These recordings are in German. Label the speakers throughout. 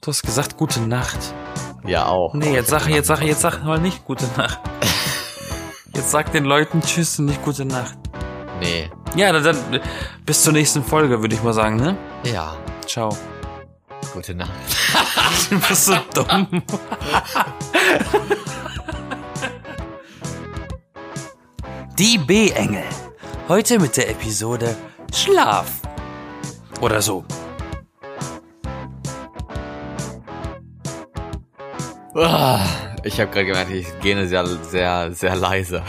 Speaker 1: Du hast gesagt gute Nacht.
Speaker 2: Ja, auch.
Speaker 1: Nee, jetzt sag, jetzt sag, jetzt sag mal nicht gute Nacht. Jetzt sag den Leuten Tschüss und nicht gute Nacht.
Speaker 2: Nee.
Speaker 1: Ja, dann, dann bis zur nächsten Folge, würde ich mal sagen, ne?
Speaker 2: Ja,
Speaker 1: Ciao.
Speaker 2: gute Nacht.
Speaker 1: Du bist so dumm. Die B-Engel. Heute mit der Episode Schlaf. Oder so.
Speaker 2: Ah, Ich habe gerade gemerkt, ich gähne sehr, sehr, sehr leise.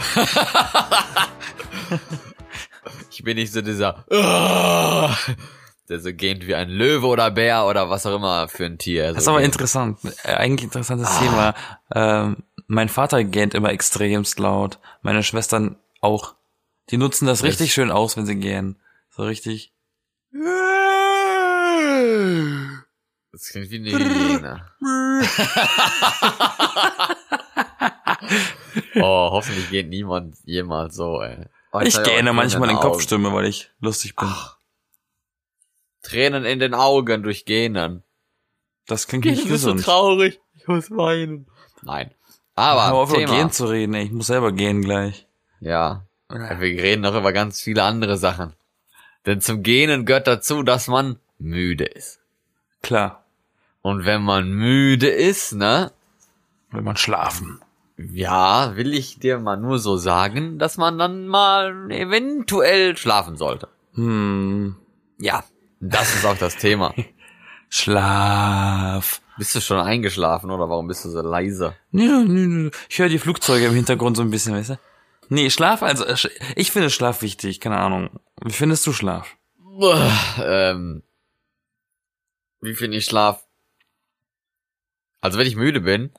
Speaker 2: ich bin nicht so dieser, ah, der so gähnt wie ein Löwe oder Bär oder was auch immer für ein Tier. Also
Speaker 1: Das ist aber interessant. Äh, Eigentlich interessantes Thema. Ähm, mein Vater gähnt immer extremst laut. Meine Schwestern auch. Die nutzen das richtig schön aus, wenn sie gähnen. So richtig.
Speaker 2: Das klingt wie eine Hyäne. oh, hoffentlich geht niemand jemals so, ey. Oh, jetzt
Speaker 1: Ich
Speaker 2: hab auch
Speaker 1: gähne
Speaker 2: Tränen
Speaker 1: manchmal in
Speaker 2: den Augen.
Speaker 1: Kopfstimme, weil ich lustig bin.
Speaker 2: Tränen in den Augen durch Gähnen.
Speaker 1: Das klingt nicht gesund.
Speaker 2: traurig. Ich muss weinen. Nein. Aber
Speaker 1: Hör auf, über
Speaker 2: Thema.
Speaker 1: gehen zu reden. Ey. Ich muss selber gehen gleich.
Speaker 2: Ja. Wir reden noch über ganz viele andere Sachen. Denn zum Gähnen gehört dazu, dass man müde ist.
Speaker 1: Klar,
Speaker 2: Und wenn man müde ist, ne?
Speaker 1: will man schlafen.
Speaker 2: Ja, will ich dir mal nur so sagen, dass man dann mal eventuell schlafen sollte.
Speaker 1: Hm.
Speaker 2: Ja. Das ist auch das Thema.
Speaker 1: Schlaf.
Speaker 2: Bist du schon eingeschlafen oder warum bist du so leise?
Speaker 1: Nö, nö, nö. Ich höre die Flugzeuge im Hintergrund so ein bisschen, weißt du? Nee, Schlaf, also äh, sch- ich finde Schlaf wichtig, keine Ahnung. Wie findest du Schlaf?
Speaker 2: ähm, wie finde ich Schlaf? Also wenn ich müde bin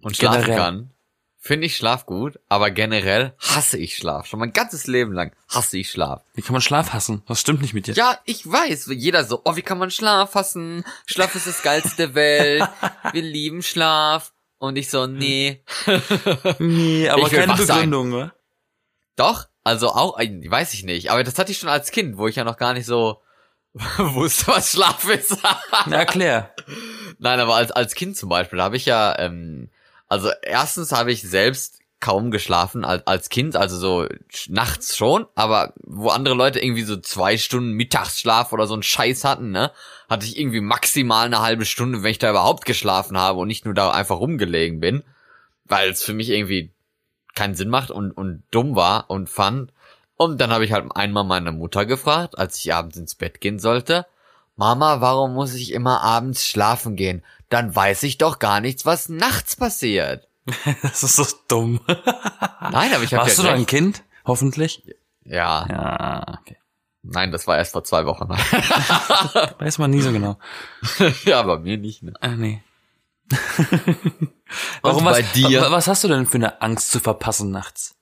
Speaker 2: und schlafen
Speaker 1: Generell.
Speaker 2: kann, finde ich Schlaf gut, aber generell hasse ich Schlaf. Schon mein ganzes Leben lang hasse ich Schlaf.
Speaker 1: Wie kann man Schlaf hassen? Was stimmt nicht mit dir?
Speaker 2: Ja, ich weiß, jeder so, oh, wie kann man Schlaf hassen? Schlaf ist das geilste Welt. Wir lieben Schlaf. Und ich so, nee.
Speaker 1: Nee, aber
Speaker 2: Ich will
Speaker 1: keine
Speaker 2: wach sein.
Speaker 1: Begründung, wa?
Speaker 2: Doch, also auch, äh, weiß ich nicht. Aber das hatte ich schon als Kind, wo ich ja noch gar nicht so wusste, was Schlaf ist.
Speaker 1: Na, erklär.
Speaker 2: Nein, aber als, als Kind zum Beispiel habe ich ja, ähm, also erstens habe ich selbst kaum geschlafen als, als Kind, also so sch- nachts schon, aber wo andere Leute irgendwie so zwei Stunden Mittagsschlaf oder so einen Scheiß hatten, ne, hatte ich irgendwie maximal eine halbe Stunde, wenn ich da überhaupt geschlafen habe und nicht nur da einfach rumgelegen bin, weil es für mich irgendwie keinen Sinn macht und, und dumm war und fand. Und dann habe ich halt einmal meine Mutter gefragt, als ich abends ins Bett gehen sollte, Mama, warum muss ich immer abends schlafen gehen? Dann weiß ich doch gar nichts, was nachts passiert.
Speaker 1: Das ist so dumm.
Speaker 2: Nein, aber ich habe
Speaker 1: Ah, Warst
Speaker 2: ja
Speaker 1: du da ein
Speaker 2: recht.
Speaker 1: Kind? Hoffentlich?
Speaker 2: Ja,
Speaker 1: Ja, okay.
Speaker 2: nein, das war erst vor zwei Wochen.
Speaker 1: Weiß man nie so genau.
Speaker 2: ja, bei mir nicht. Ne?
Speaker 1: Ah, nee.
Speaker 2: Und bei
Speaker 1: was,
Speaker 2: dir?
Speaker 1: wa- Was hast du denn für eine Angst zu verpassen nachts?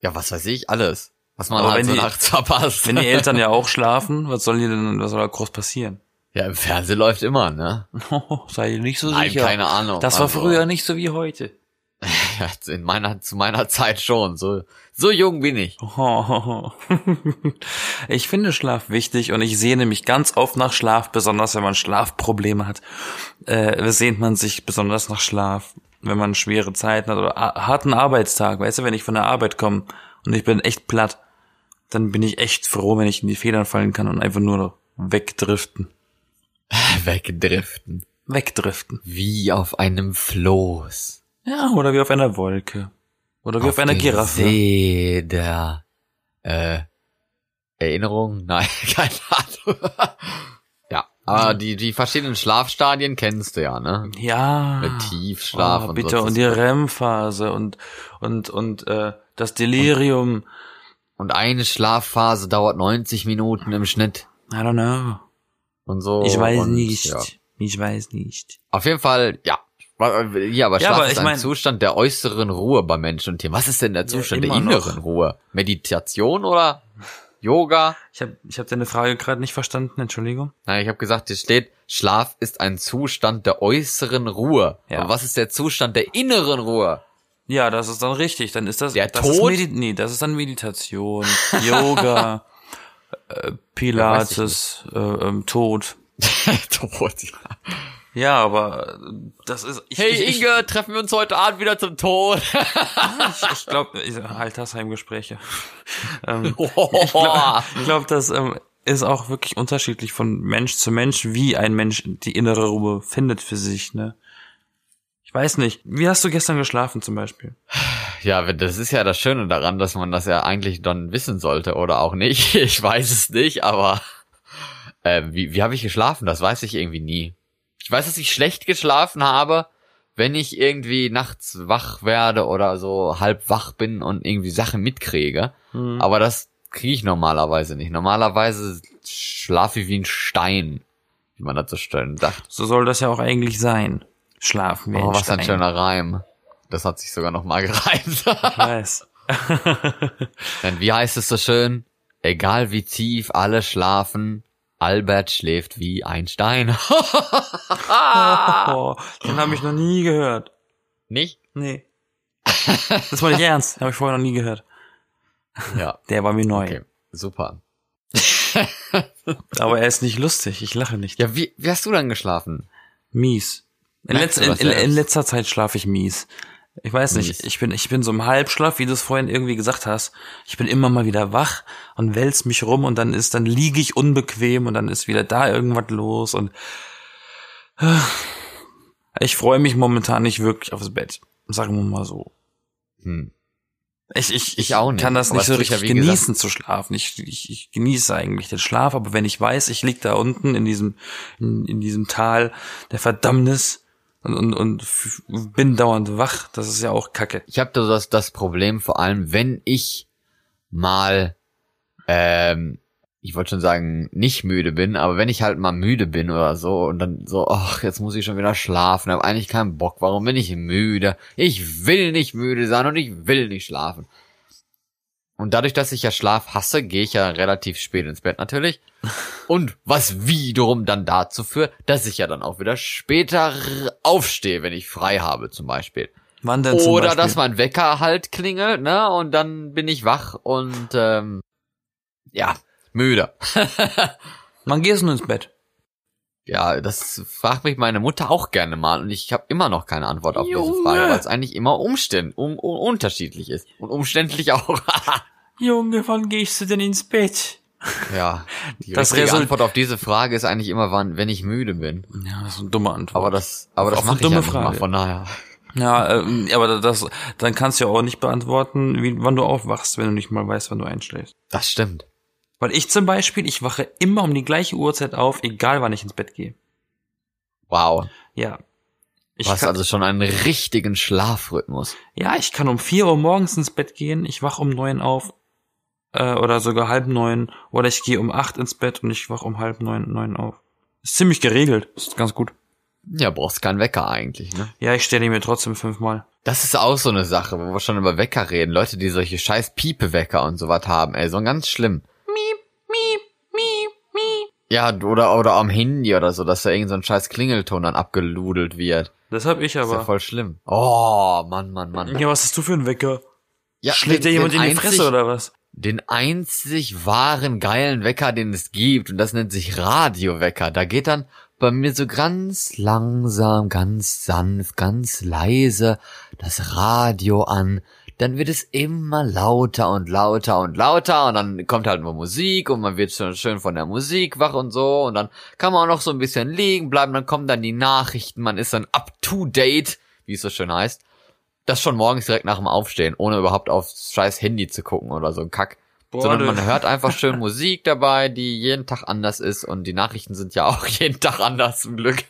Speaker 2: Ja, was weiß ich, alles. Was man
Speaker 1: Aber
Speaker 2: halt
Speaker 1: wenn
Speaker 2: so
Speaker 1: die-
Speaker 2: nachts verpasst.
Speaker 1: Wenn die Eltern ja auch schlafen, was soll die denn, was soll da groß passieren?
Speaker 2: ja, im Fernsehen läuft immer, ne?
Speaker 1: sei dir nicht so
Speaker 2: Nein,
Speaker 1: sicher.
Speaker 2: keine Ahnung.
Speaker 1: Das war
Speaker 2: Also,
Speaker 1: früher nicht so wie heute.
Speaker 2: ja, in meiner, zu meiner Zeit schon. So, so jung bin ich.
Speaker 1: Oh. Ich finde Schlaf wichtig und ich sehne mich ganz oft nach Schlaf, besonders wenn man Schlafprobleme hat. Äh, sehnt man sich besonders nach Schlaf, wenn man schwere Zeiten hat oder a- harten Arbeitstag. Weißt du, wenn ich von der Arbeit komme und ich bin echt platt, dann bin ich echt froh, wenn ich in die Federn fallen kann und einfach nur noch wegdriften. Oh.
Speaker 2: Wegdriften.
Speaker 1: Wegdriften.
Speaker 2: Wie auf einem Floß.
Speaker 1: Ja, oder wie auf einer Wolke. Oder wie auf, einer
Speaker 2: den
Speaker 1: Giraffe.
Speaker 2: See der äh, Erinnerung? Nein, keine Ahnung. ja,
Speaker 1: Mhm.
Speaker 2: aber die, die verschiedenen Schlafstadien kennst du ja, ne?
Speaker 1: Ja.
Speaker 2: Mit Tiefschlaf
Speaker 1: Oh,
Speaker 2: und
Speaker 1: bitte,
Speaker 2: so.
Speaker 1: und die REM-Phase und, und, und, äh, das Delirium.
Speaker 2: Und eine Schlafphase dauert 90 Minuten im Schnitt
Speaker 1: I don't know.
Speaker 2: und so.
Speaker 1: Ich weiß
Speaker 2: Oh, und,
Speaker 1: nicht.
Speaker 2: Ja.
Speaker 1: Ich weiß nicht.
Speaker 2: Auf jeden Fall, ja. äh, Ja, aber
Speaker 1: Ja,
Speaker 2: Schlaf
Speaker 1: aber
Speaker 2: ist
Speaker 1: ich
Speaker 2: ein
Speaker 1: mein-
Speaker 2: Zustand der äußeren Ruhe bei Menschen und Tieren. Was ist denn der Zustand der
Speaker 1: immer noch.
Speaker 2: inneren Ruhe? Meditation oder Yoga?
Speaker 1: Ich habe ich hab deine Frage gerade nicht verstanden, Entschuldigung.
Speaker 2: Nein, ich habe gesagt, hier steht, Schlaf ist ein Zustand der äußeren Ruhe.
Speaker 1: Ja.
Speaker 2: Aber was ist der Zustand der inneren Ruhe?
Speaker 1: Ja, das ist dann richtig. Dann ist das.
Speaker 2: Der
Speaker 1: das
Speaker 2: Tod?
Speaker 1: Ist Medi nee, das ist dann Meditation, Yoga, äh, Pilates, äh, ähm, Tod.
Speaker 2: Tod, ja.
Speaker 1: Ja, aber äh, das ist. Ich,
Speaker 2: Hey
Speaker 1: ich,
Speaker 2: Inge, treffen wir uns heute Abend wieder zum Tod.
Speaker 1: Ich, ich glaube, Altersheimgespräche. ähm,
Speaker 2: Ohohoho.
Speaker 1: ich glaube, glaub, das ähm, ist auch wirklich unterschiedlich von Mensch zu Mensch, wie ein Mensch die innere Ruhe findet für sich. Ne? Ich weiß nicht. Wie hast du gestern geschlafen zum Beispiel?
Speaker 2: Ja, wenn- das ist ja das Schöne daran, dass man das ja eigentlich dann wissen sollte oder auch nicht. Ich weiß es nicht, aber äh, wie, wie habe ich geschlafen? Das weiß ich irgendwie nie. Ich weiß, dass ich schlecht geschlafen habe, wenn ich irgendwie nachts wach werde oder so halb wach bin und irgendwie Sachen mitkriege. Aber das kriege ich normalerweise nicht. Normalerweise schlafe ich wie ein Stein, wie man dazu stellen sagt.
Speaker 1: So soll das ja auch eigentlich sein. Schlafen wir.
Speaker 2: Oh, was ein schöner Reim. Das hat sich sogar noch mal gereimt.
Speaker 1: Weiß.
Speaker 2: Denn wie heißt es so schön? Egal wie tief alle schlafen, Albert schläft wie ein Stein.
Speaker 1: Oh, den habe ich noch nie gehört.
Speaker 2: Nicht?
Speaker 1: Nee. Das war nicht ernst. Habe ich vorher noch nie gehört.
Speaker 2: Ja.
Speaker 1: Der war mir neu.
Speaker 2: Okay, super.
Speaker 1: Aber er ist nicht lustig. Ich lache nicht.
Speaker 2: Ja, wie, wie hast du dann geschlafen?
Speaker 1: Mies. In, letz,
Speaker 2: Merkst du
Speaker 1: in,
Speaker 2: was
Speaker 1: in, in
Speaker 2: selbst?
Speaker 1: letzter Zeit schlafe ich mies. Ich weiß nicht,
Speaker 2: Mies.
Speaker 1: ich bin, ich bin so im Halbschlaf, wie du es vorhin irgendwie gesagt hast. Ich bin immer mal wieder wach und wälz mich rum und dann ist, dann liege ich unbequem und dann ist wieder da irgendwas los und äh, ich freue mich momentan nicht wirklich aufs Bett. Sagen wir mal so.
Speaker 2: Hm.
Speaker 1: Ich, ich,
Speaker 2: Ich auch nicht,
Speaker 1: kann das
Speaker 2: aber
Speaker 1: nicht so
Speaker 2: es tut ja
Speaker 1: richtig
Speaker 2: wie gesagt-
Speaker 1: genießen zu schlafen. Ich, ich, ich genieße eigentlich den Schlaf, aber wenn ich weiß, ich lieg da unten in diesem, in, in diesem Tal der Verdammnis und, und, und f- bin dauernd wach, das ist ja auch Kacke.
Speaker 2: Ich habe das, das Problem vor allem, wenn ich mal, ähm, ich wollte schon sagen, nicht müde bin, aber wenn ich halt mal müde bin oder so und dann so, ach, jetzt muss ich schon wieder schlafen, habe eigentlich keinen Bock, warum bin ich müde? Ich will nicht müde sein und ich will nicht schlafen. Und dadurch, dass ich ja Schlaf hasse, gehe ich ja relativ spät ins Bett natürlich. Und was wiederum dann dazu führt, dass ich ja dann auch wieder später aufstehe, wenn ich frei habe zum Beispiel.
Speaker 1: Wann denn zum
Speaker 2: Oder
Speaker 1: Beispiel?
Speaker 2: dass mein Wecker halt klingelt, ne? Und dann bin ich wach und ähm, ja, müde.
Speaker 1: Wann gehst du denn ins Bett?
Speaker 2: Ja, das fragt mich meine Mutter auch gerne mal und ich habe immer noch keine Antwort auf diese
Speaker 1: Junge.
Speaker 2: Frage, weil es eigentlich immer umständ, um, um, unterschiedlich ist und umständlich auch.
Speaker 1: Junge, wann gehst du denn ins Bett?
Speaker 2: ja, die
Speaker 1: Das
Speaker 2: richtige
Speaker 1: Result-
Speaker 2: Antwort auf diese Frage ist eigentlich immer, wann, wenn ich müde bin.
Speaker 1: Ja, das ist eine dumme Antwort.
Speaker 2: Aber das, aber das
Speaker 1: Auch eine
Speaker 2: mache ich
Speaker 1: dumme
Speaker 2: ja nicht mal,
Speaker 1: Frage.
Speaker 2: von daher.
Speaker 1: ja, ähm, aber das, dann kannst du ja auch nicht beantworten, wie, wann du aufwachst, wenn du nicht mal weißt, wann du einschläfst.
Speaker 2: Das stimmt.
Speaker 1: Weil ich zum Beispiel, ich wache immer um die gleiche Uhrzeit auf, egal wann ich ins Bett gehe.
Speaker 2: Wow.
Speaker 1: Ja. Ich
Speaker 2: Du hast
Speaker 1: kann,
Speaker 2: also schon einen richtigen Schlafrhythmus.
Speaker 1: ja, ich kann um 4 Uhr morgens ins Bett gehen, ich wache um 9 auf äh, oder sogar halb 9 oder ich gehe um 8 ins Bett und ich wache um halb 9, 9 auf. Ist ziemlich geregelt, ist ganz gut.
Speaker 2: Ja, brauchst keinen Wecker eigentlich, ne?
Speaker 1: Ja, ich stelle ihn mir trotzdem fünfmal.
Speaker 2: Das ist auch so eine Sache, wo wir schon über Wecker reden. Leute, die solche scheiß Piepewecker und sowas haben, ey, so ganz schlimm. Ja, oder, oder am Handy oder so, dass da irgend so ein scheiß Klingelton dann abgeludelt wird.
Speaker 1: Das hab ich
Speaker 2: Das ist ja
Speaker 1: aber.
Speaker 2: voll schlimm. Oh, Mann, Mann, Mann.
Speaker 1: Ja, was hast du für ein Wecker?
Speaker 2: Ja,
Speaker 1: Schlägt dir
Speaker 2: den-
Speaker 1: jemand
Speaker 2: den
Speaker 1: in die
Speaker 2: einzig-
Speaker 1: Fresse oder was?
Speaker 2: Den einzig wahren geilen Wecker, den es gibt, und das nennt sich Radiowecker. Da geht dann bei mir so ganz langsam, ganz sanft, ganz leise das Radio an. Dann wird es immer lauter und lauter und lauter und dann kommt halt nur Musik und man wird schon schön von der Musik wach und so und dann kann man auch noch so ein bisschen liegen bleiben, dann kommen dann die Nachrichten, man ist dann up to date, wie es so schön heißt. Das schon morgens direkt nach dem Aufstehen, ohne überhaupt aufs scheiß Handy zu gucken oder so ein Kack.
Speaker 1: Boah,
Speaker 2: Sondern
Speaker 1: du-
Speaker 2: man hört einfach schön Musik dabei, die jeden Tag anders ist und die Nachrichten sind ja auch jeden Tag anders zum Glück.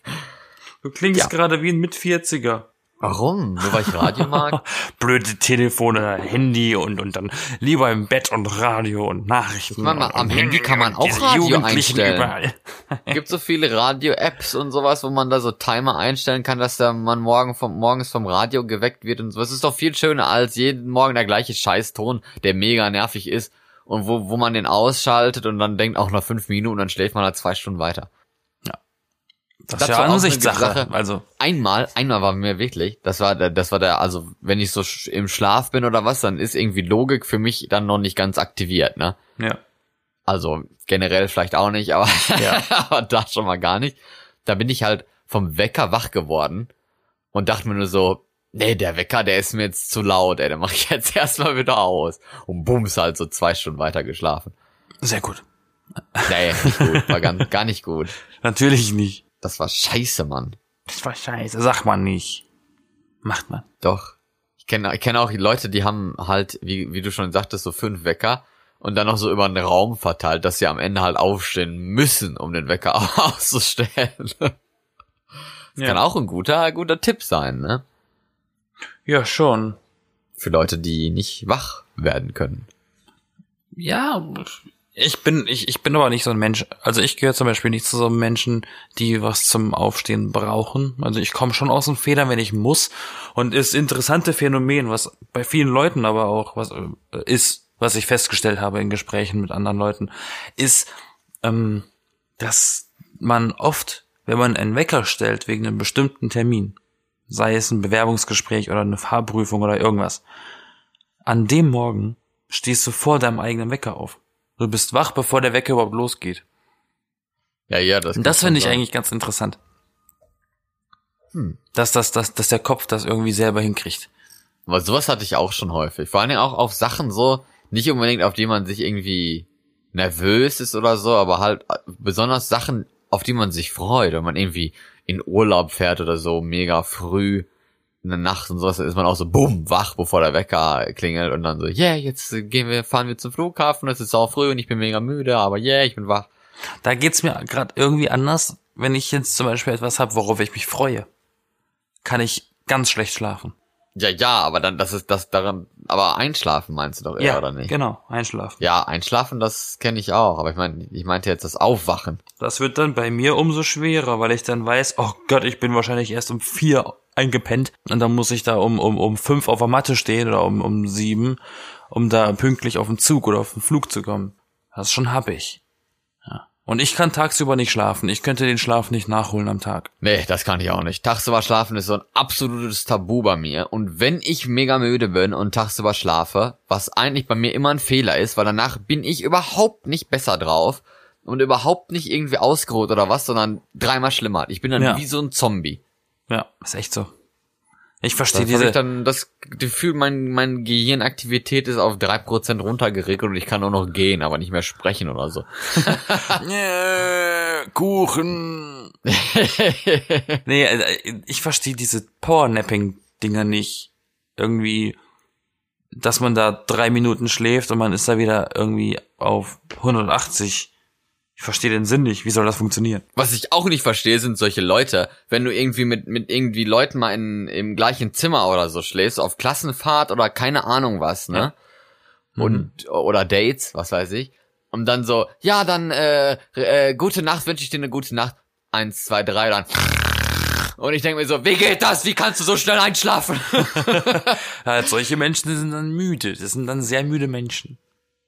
Speaker 1: Du klingst
Speaker 2: Ja.
Speaker 1: gerade wie ein Mit-40er.
Speaker 2: Warum? Nur weil ich Radio mag?
Speaker 1: blöde Telefone, Handy und, und dann lieber im Bett und Radio und Nachrichten.
Speaker 2: Ich meine mal,
Speaker 1: und,
Speaker 2: am Handy kann man auch
Speaker 1: diese
Speaker 2: Radio
Speaker 1: Jugendlichen
Speaker 2: einstellen.
Speaker 1: Überall.
Speaker 2: Gibt so viele Radio-Apps und sowas, wo man da so Timer einstellen kann, dass da man morgen vom, morgens vom Radio geweckt wird und so. Es ist doch viel schöner als jeden Morgen der gleiche Scheißton, der mega nervig ist und wo, wo man den ausschaltet und dann denkt auch nach fünf Minuten, dann schläft man da zwei Stunden weiter.
Speaker 1: Das ist
Speaker 2: Dazu
Speaker 1: ja
Speaker 2: auch eine
Speaker 1: Ansichtssache.
Speaker 2: Sache.
Speaker 1: Also,
Speaker 2: Einmal, einmal war mir wirklich, das war der, das war der, also wenn ich so sch- im Schlaf bin oder was, dann ist irgendwie Logik für mich dann noch nicht ganz aktiviert, ne?
Speaker 1: ja.
Speaker 2: Also generell vielleicht auch nicht, aber,
Speaker 1: Ja.
Speaker 2: aber da schon mal gar nicht. Da bin ich halt vom Wecker wach geworden und dachte mir nur so, nee, der Wecker, der ist mir jetzt zu laut, ey, den mache ich jetzt erstmal wieder aus. Und bums, halt so zwei Stunden weiter geschlafen.
Speaker 1: Sehr gut.
Speaker 2: Nee, nicht gut, war ganz, gar nicht gut.
Speaker 1: Natürlich nicht.
Speaker 2: Das war scheiße, Mann.
Speaker 1: Das war scheiße. Sag man nicht. Macht man.
Speaker 2: Doch. Ich kenne ich kenn auch Leute, die haben halt, wie, wie du schon sagtest, so fünf Wecker und dann noch so über den Raum verteilt, dass sie am Ende halt aufstehen müssen, um den Wecker auszustellen. Das
Speaker 1: Genau.
Speaker 2: Kann auch ein guter, guter Tipp sein, ne?
Speaker 1: Ja, schon.
Speaker 2: Für Leute, die nicht wach werden können.
Speaker 1: Ja, ich bin, ich, ich bin aber nicht so ein Mensch. Also ich gehöre zum Beispiel nicht zu so einem Menschen, die was zum Aufstehen brauchen. Also ich komme schon aus den Federn, wenn ich muss. Und ist interessante Phänomen, was bei vielen Leuten aber auch was äh, ist, was ich festgestellt habe in Gesprächen mit anderen Leuten, ist, ähm, dass man oft, wenn man einen Wecker stellt wegen einem bestimmten Termin, sei es ein Bewerbungsgespräch oder eine Fahrprüfung oder irgendwas, an dem Morgen stehst du vor deinem eigenen Wecker auf. Du bist wach, bevor der Wecker überhaupt losgeht.
Speaker 2: Ja, ja, das.
Speaker 1: Und das
Speaker 2: kann
Speaker 1: finde ich
Speaker 2: schon
Speaker 1: eigentlich ganz interessant.
Speaker 2: Hm.
Speaker 1: Dass, dass, dass, dass der Kopf das irgendwie selber hinkriegt.
Speaker 2: sein. Aber sowas hatte ich auch schon häufig. Vor allen Dingen auch auf Sachen so, nicht unbedingt auf die man sich irgendwie nervös ist oder so, aber halt äh, besonders Sachen, auf die man sich freut, wenn man irgendwie in Urlaub fährt oder so, mega früh in der Nacht und sowas, dann ist man auch so bumm wach, bevor der Wecker klingelt und dann so, yeah, jetzt äh, gehen wir, fahren wir zum Flughafen, es ist auch früh und ich bin mega müde, aber yeah, ich bin wach.
Speaker 1: Da geht's mir gerade irgendwie anders, wenn ich jetzt zum Beispiel etwas habe, worauf ich mich freue. Kann ich ganz schlecht schlafen.
Speaker 2: Ja, ja, aber dann, das ist das daran, aber einschlafen meinst du doch eher, oder nicht?
Speaker 1: genau, einschlafen.
Speaker 2: Ja, einschlafen, das kenne ich auch, aber ich meine, ich meinte jetzt das Aufwachen.
Speaker 1: Das wird dann bei mir umso schwerer, weil ich dann weiß, oh Gott, ich bin wahrscheinlich erst um vier eingepennt und dann muss ich da um, um, um fünf auf der Matte stehen oder um, um sieben, um da pünktlich auf den Zug oder auf den Flug zu kommen. Das ist schon happig. Ja. Und ich kann tagsüber nicht schlafen. Ich könnte den Schlaf nicht nachholen am Tag.
Speaker 2: Nee, das kann ich auch nicht. Tagsüber schlafen ist so ein absolutes Tabu bei mir. Und wenn ich mega müde bin und tagsüber schlafe, was eigentlich bei mir immer ein Fehler ist, weil danach bin ich überhaupt nicht besser drauf und überhaupt nicht irgendwie ausgeruht oder was, sondern dreimal schlimmer. Ich bin dann
Speaker 1: Ja.
Speaker 2: wie so ein Zombie.
Speaker 1: Ja, ist echt so. Ich
Speaker 2: Das,
Speaker 1: verstehe
Speaker 2: hab ich
Speaker 1: diese.
Speaker 2: dann, das Gefühl, mein, meine Gehirnaktivität ist auf 3% runtergeregelt und ich kann nur noch gehen, aber nicht mehr sprechen oder so.
Speaker 1: Äh, Kuchen. nee, äh, ich verstehe diese Powernapping-Dinger nicht. Irgendwie, dass man da drei Minuten schläft und man ist da wieder irgendwie auf 180. Ich verstehe den Sinn nicht. Wie soll das funktionieren?
Speaker 2: Was ich auch nicht verstehe, sind solche Leute. Wenn du irgendwie mit, mit irgendwie Leuten mal in, im gleichen Zimmer oder so schläfst, auf Klassenfahrt oder keine Ahnung was, ne? Und, oder Dates, was weiß ich. Und dann so, ja, dann, äh, äh gute Nacht, wünsche ich dir eine gute Nacht. Eins, zwei, drei, dann. Und ich denke mir so, wie geht das? Wie kannst du so schnell einschlafen?
Speaker 1: Halt, solche Menschen sind dann müde. Das sind dann sehr müde Menschen.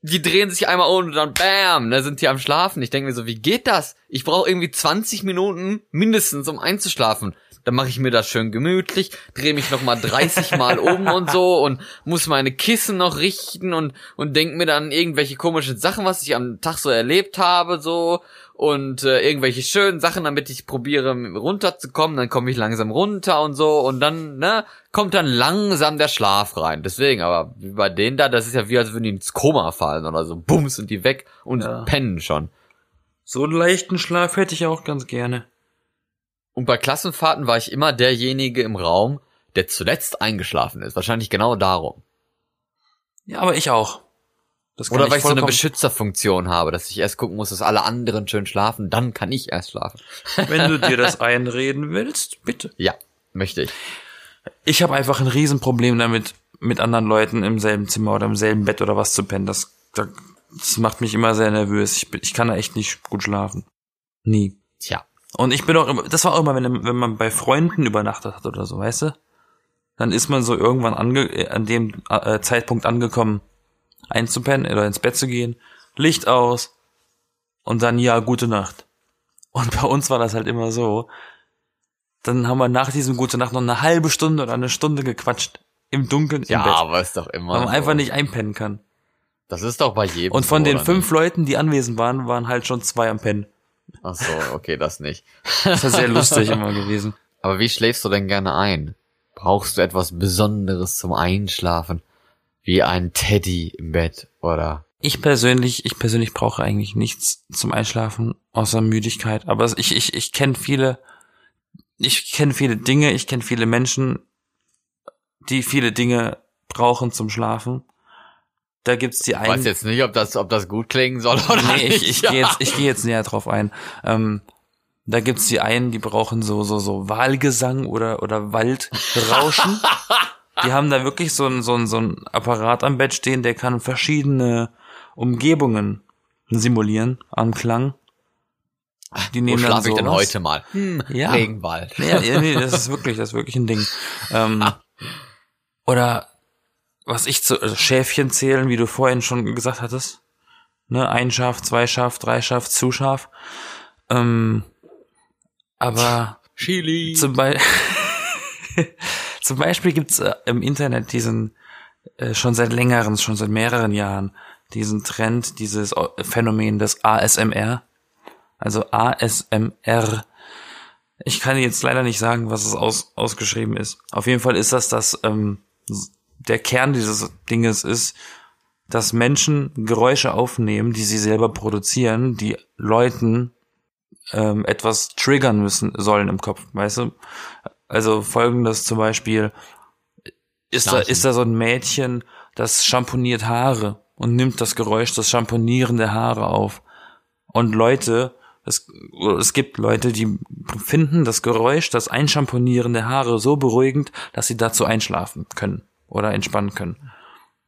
Speaker 2: die drehen sich einmal um und dann bam, da sind die am Schlafen. Ich denke mir so, wie geht das? Ich brauche irgendwie 20 Minuten mindestens, um einzuschlafen. Dann mache ich mir das schön gemütlich, drehe mich nochmal 30 Mal um und so und muss meine Kissen noch richten und, und denke mir dann irgendwelche komischen Sachen, was ich am Tag so erlebt habe, so und äh, irgendwelche schönen Sachen, damit ich probiere runterzukommen, dann komme ich langsam runter und so und dann, ne, kommt dann langsam der Schlaf rein. Deswegen, aber wie bei denen da, das ist ja wie, als würden die ins Koma fallen oder so. Bums sind die weg und
Speaker 1: Ja.
Speaker 2: pennen schon.
Speaker 1: So einen leichten Schlaf hätte ich auch ganz gerne.
Speaker 2: Und bei Klassenfahrten war ich immer derjenige im Raum, der zuletzt eingeschlafen ist. Wahrscheinlich genau darum.
Speaker 1: Ja, aber ich auch. Das kann
Speaker 2: Oder weil ich so eine
Speaker 1: vollkommen-
Speaker 2: Beschützerfunktion habe, dass ich erst gucken muss, dass alle anderen schön schlafen, dann kann ich erst schlafen.
Speaker 1: Wenn du dir das einreden willst, bitte.
Speaker 2: Ja, möchte ich.
Speaker 1: Ich habe einfach ein Riesenproblem damit, mit anderen Leuten im selben Zimmer oder im selben Bett oder was zu pennen. Das, da- das macht mich immer sehr nervös. Ich, bin, ich kann da echt nicht gut schlafen. Nie.
Speaker 2: Tja.
Speaker 1: Und ich bin auch immer, das war auch immer, wenn, wenn man bei Freunden übernachtet hat oder so, weißt du? Dann ist man so irgendwann ange, äh, an dem äh, Zeitpunkt angekommen, einzupennen oder ins Bett zu gehen, Licht aus und dann ja, gute Nacht. Und bei uns war das halt immer so. Dann haben wir nach diesem Gute Nacht noch eine halbe Stunde oder eine Stunde gequatscht. Im Dunkeln im
Speaker 2: Ja,
Speaker 1: Bett.
Speaker 2: aber ist doch immer.
Speaker 1: Weil man
Speaker 2: so.
Speaker 1: einfach nicht einpennen kann.
Speaker 2: Das ist doch bei jedem.
Speaker 1: Und von
Speaker 2: so,
Speaker 1: den
Speaker 2: oder
Speaker 1: fünf Leuten, die anwesend waren, waren halt schon zwei am Pennen.
Speaker 2: Ach so, okay, das nicht.
Speaker 1: Das ist ja sehr lustig immer gewesen.
Speaker 2: Aber wie schläfst du denn gerne ein? Brauchst du etwas Besonderes zum Einschlafen? Wie ein Teddy im Bett oder?
Speaker 1: Ich persönlich, ich persönlich brauche eigentlich nichts zum Einschlafen außer Müdigkeit. Aber es- ich, ich, ich kenne viele, ich kenne viele Dinge, ich kenne viele Menschen, die viele Dinge brauchen zum Schlafen. Da gibt's die
Speaker 2: Ich weiß
Speaker 1: einen.
Speaker 2: jetzt nicht, ob das, ob das gut klingen soll oder
Speaker 1: nee,
Speaker 2: nicht.
Speaker 1: ich, ich gehe jetzt, ich geh jetzt näher drauf ein. Ähm, da gibt's die einen, die brauchen so, so, so Wahlgesang oder, oder Waldrauschen. die haben da wirklich so ein, so, ein, so ein Apparat am Bett stehen, der kann verschiedene Umgebungen simulieren am Klang. Die
Speaker 2: Wo
Speaker 1: nehmen dann
Speaker 2: schlafe ich denn
Speaker 1: sowas.
Speaker 2: heute mal? Hm,
Speaker 1: Ja.
Speaker 2: Regenwald.
Speaker 1: Ja, ja, nee, das ist wirklich, das ist wirklich ein Ding. Ähm, oder was ich zu also Schäfchen zählen, wie du vorhin schon gesagt hattest. Ne, ein Schaf, zwei Schaf, drei Schaf, zu Schaf. Ähm, aber
Speaker 2: Chili.
Speaker 1: zum, Be zum Beispiel gibt's äh, im Internet diesen, äh, schon seit längerem, schon seit mehreren Jahren, diesen Trend, dieses O- Phänomen des ASMR. Also ASMR. Ich kann jetzt leider nicht sagen, was es aus, ausgeschrieben ist. Auf jeden Fall ist das das, ähm, s- der Kern dieses Dinges ist, dass Menschen Geräusche aufnehmen, die sie selber produzieren, die Leuten ähm, etwas triggern müssen sollen im Kopf, weißt du? Also folgendes zum Beispiel ist da,
Speaker 2: Schnarchen.
Speaker 1: ist da so ein Mädchen, das schamponiert Haare und nimmt das Geräusch des Schamponieren der Haare auf. Und Leute, es, es gibt Leute, die finden das Geräusch, das Einschamponieren der Haare so beruhigend, dass sie dazu einschlafen können oder entspannen können.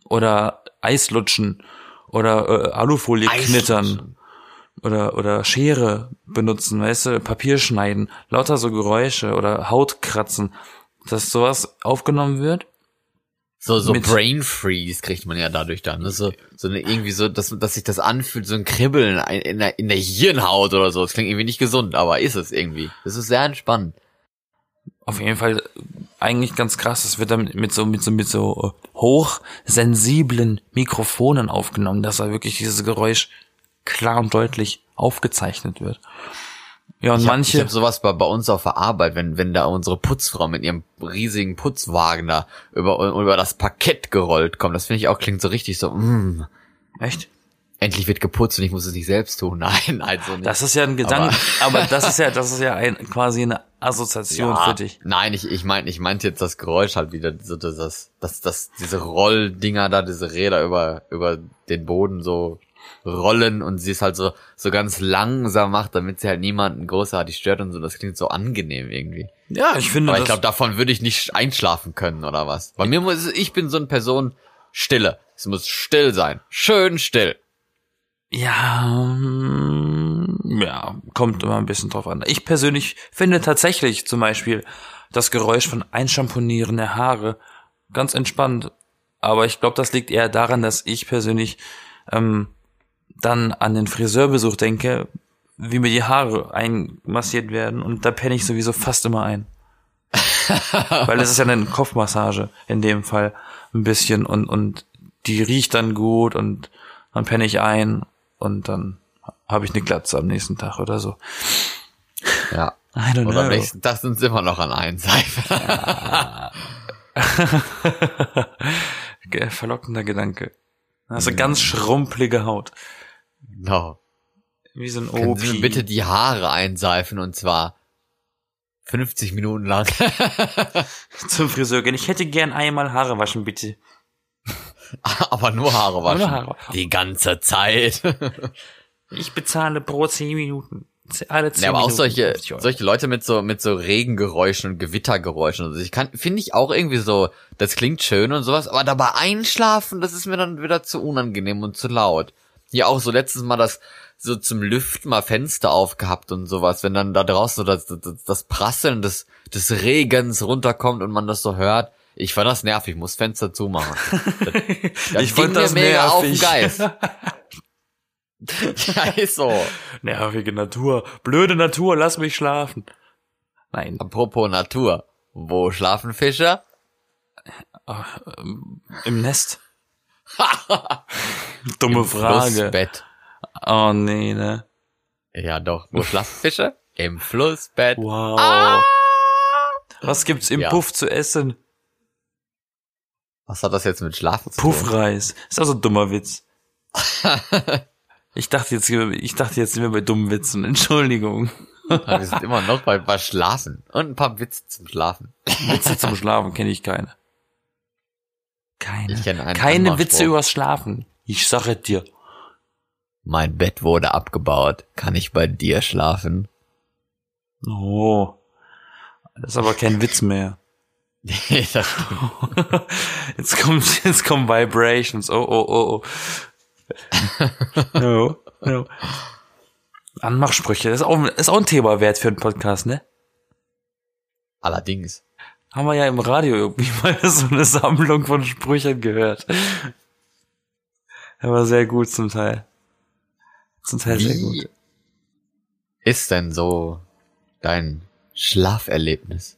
Speaker 1: Oder Eis lutschen oder äh, Alufolie
Speaker 2: Eis
Speaker 1: knittern
Speaker 2: lutschen.
Speaker 1: oder oder Schere benutzen, weißt du, Papier schneiden, lauter so Geräusche oder Haut kratzen, dass sowas aufgenommen wird.
Speaker 2: So, so
Speaker 1: Mit-
Speaker 2: Brain Freeze kriegt man ja dadurch dann. Ne? So, so eine, irgendwie so, dass, dass sich das anfühlt, so ein Kribbeln ein- in der, in der Hirnhaut oder so. Das klingt irgendwie nicht gesund, aber ist es irgendwie. Das ist sehr entspannend.
Speaker 1: Auf jeden Fall eigentlich ganz krass. Das wird dann mit so mit so mit so äh, hochsensiblen Mikrofonen aufgenommen, dass da wirklich dieses Geräusch klar und deutlich aufgezeichnet wird. Ja, und
Speaker 2: Ich hab-
Speaker 1: manche
Speaker 2: Ich hab sowas bei, bei uns auf der Arbeit, wenn, wenn da unsere Putzfrau mit ihrem riesigen Putzwagen da über, über das Parkett gerollt kommt. Das finde ich auch, klingt so richtig so, mm,
Speaker 1: echt
Speaker 2: endlich wird geputzt und ich muss es nicht selbst tun. Nein, nein, so nicht.
Speaker 1: das ist ja ein Gedanke, aber, das ist ja, das ist ja ein, quasi eine Assoziation
Speaker 2: Ja,
Speaker 1: für dich.
Speaker 2: Nein, ich, ich meinte ich meinte jetzt das Geräusch halt wieder, so dass das, das, das, diese Rolldinger da, diese Räder über, über den Boden so rollen und sie es halt so, so ganz langsam macht, damit sie halt niemanden großartig stört und so. Das klingt so angenehm irgendwie.
Speaker 1: Ja, ich finde
Speaker 2: Aber ich
Speaker 1: das-
Speaker 2: glaube, davon würde ich nicht einschlafen können oder was. Bei mir muss, ich bin so eine Person, Stille. Es muss still sein. Schön still.
Speaker 1: Ja, mm, ja, kommt immer ein bisschen drauf an. Ich persönlich finde tatsächlich zum Beispiel das Geräusch von Einschamponieren der Haare ganz entspannt. Aber ich glaube, das liegt eher daran, dass ich persönlich ähm, dann an den Friseurbesuch denke, wie mir die Haare einmassiert werden und da penne ich sowieso fast immer ein. Weil es ist ja eine Kopfmassage in dem Fall ein bisschen und, und die riecht dann gut und dann penne ich ein und dann habe ich eine Glatze am nächsten Tag oder so.
Speaker 2: Ja.
Speaker 1: I don't
Speaker 2: Und am
Speaker 1: know.
Speaker 2: nächsten Tag sind sie immer noch an einen Seifen.
Speaker 1: Ge- Verlockender Gedanke. Hast du ganz schrumpelige Haut.
Speaker 2: Genau.
Speaker 1: Wie so ein
Speaker 2: Können
Speaker 1: OP.
Speaker 2: Sie mir bitte die Haare einseifen und zwar 50 Minuten lang.
Speaker 1: zum Friseur gehen. Ich hätte gern einmal Haare waschen, bitte.
Speaker 2: Aber nur Haare waschen.
Speaker 1: Nur Haare.
Speaker 2: Die ganze Zeit.
Speaker 1: Ich bezahle pro 10 Minuten. Z- Alle 10
Speaker 2: Ja, aber auch
Speaker 1: Minuten.
Speaker 2: solche,
Speaker 1: 50 Euro.
Speaker 2: solche Leute mit so, mit so Regengeräuschen und Gewittergeräuschen. Also ich kann, finde ich auch irgendwie so, das klingt schön und sowas, aber dabei einschlafen, das ist mir dann wieder zu unangenehm und zu laut. Ja, auch so letztes Mal das, so zum Lüften mal Fenster aufgehabt und sowas, wenn dann da draußen so das, das, das Prasseln des, des Regens runterkommt und man das so hört. Ich fand das nervig, muss Fenster zumachen. Das, das
Speaker 1: Ich fand
Speaker 2: ging mir
Speaker 1: das
Speaker 2: mega auf den
Speaker 1: nervig.
Speaker 2: Geist. ja, ist so.
Speaker 1: Nervige Natur. Blöde Natur, lass mich schlafen. Nein,
Speaker 2: Apropos Natur. Wo schlafen Fische?
Speaker 1: im Nest. Dumme
Speaker 2: Im
Speaker 1: Frage.
Speaker 2: Flussbett.
Speaker 1: Oh nee, ne?
Speaker 2: Ja, doch. Wo schlafen Fische? Im Flussbett. Ah!
Speaker 1: Wow. Was gibt's im
Speaker 2: Ja.
Speaker 1: Puff zu essen?
Speaker 2: Was hat das jetzt mit Schlafen zu tun?
Speaker 1: Puffreis. Ist also ein dummer Witz. ich dachte jetzt, ich dachte jetzt sind wir bei dummen Witzen. Entschuldigung.
Speaker 2: Wir sind immer noch bei, bei Schlafen. Und ein paar Witze zum Schlafen.
Speaker 1: Witze zum Schlafen kenne ich keine. Keine.
Speaker 2: Ich kenne einen
Speaker 1: keine
Speaker 2: anderen
Speaker 1: Witze
Speaker 2: Spruch.
Speaker 1: übers Schlafen. Ich sage dir.
Speaker 2: Mein Bett wurde abgebaut. Kann ich bei dir schlafen?
Speaker 1: Oh. Das ist aber kein Witz mehr.
Speaker 2: Nee, das stimmt.
Speaker 1: Jetzt kommt, jetzt kommen Vibrations. Oh, oh, oh, oh. No, no. Anmachsprüche. Das ist auch, ist auch ein Thema wert für einen Podcast, ne?
Speaker 2: Allerdings.
Speaker 1: Haben wir ja im Radio irgendwie mal so eine Sammlung von Sprüchen gehört. Aber sehr gut zum Teil. Zum Teil sehr gut.
Speaker 2: Wie ist denn so dein Schlaferlebnis?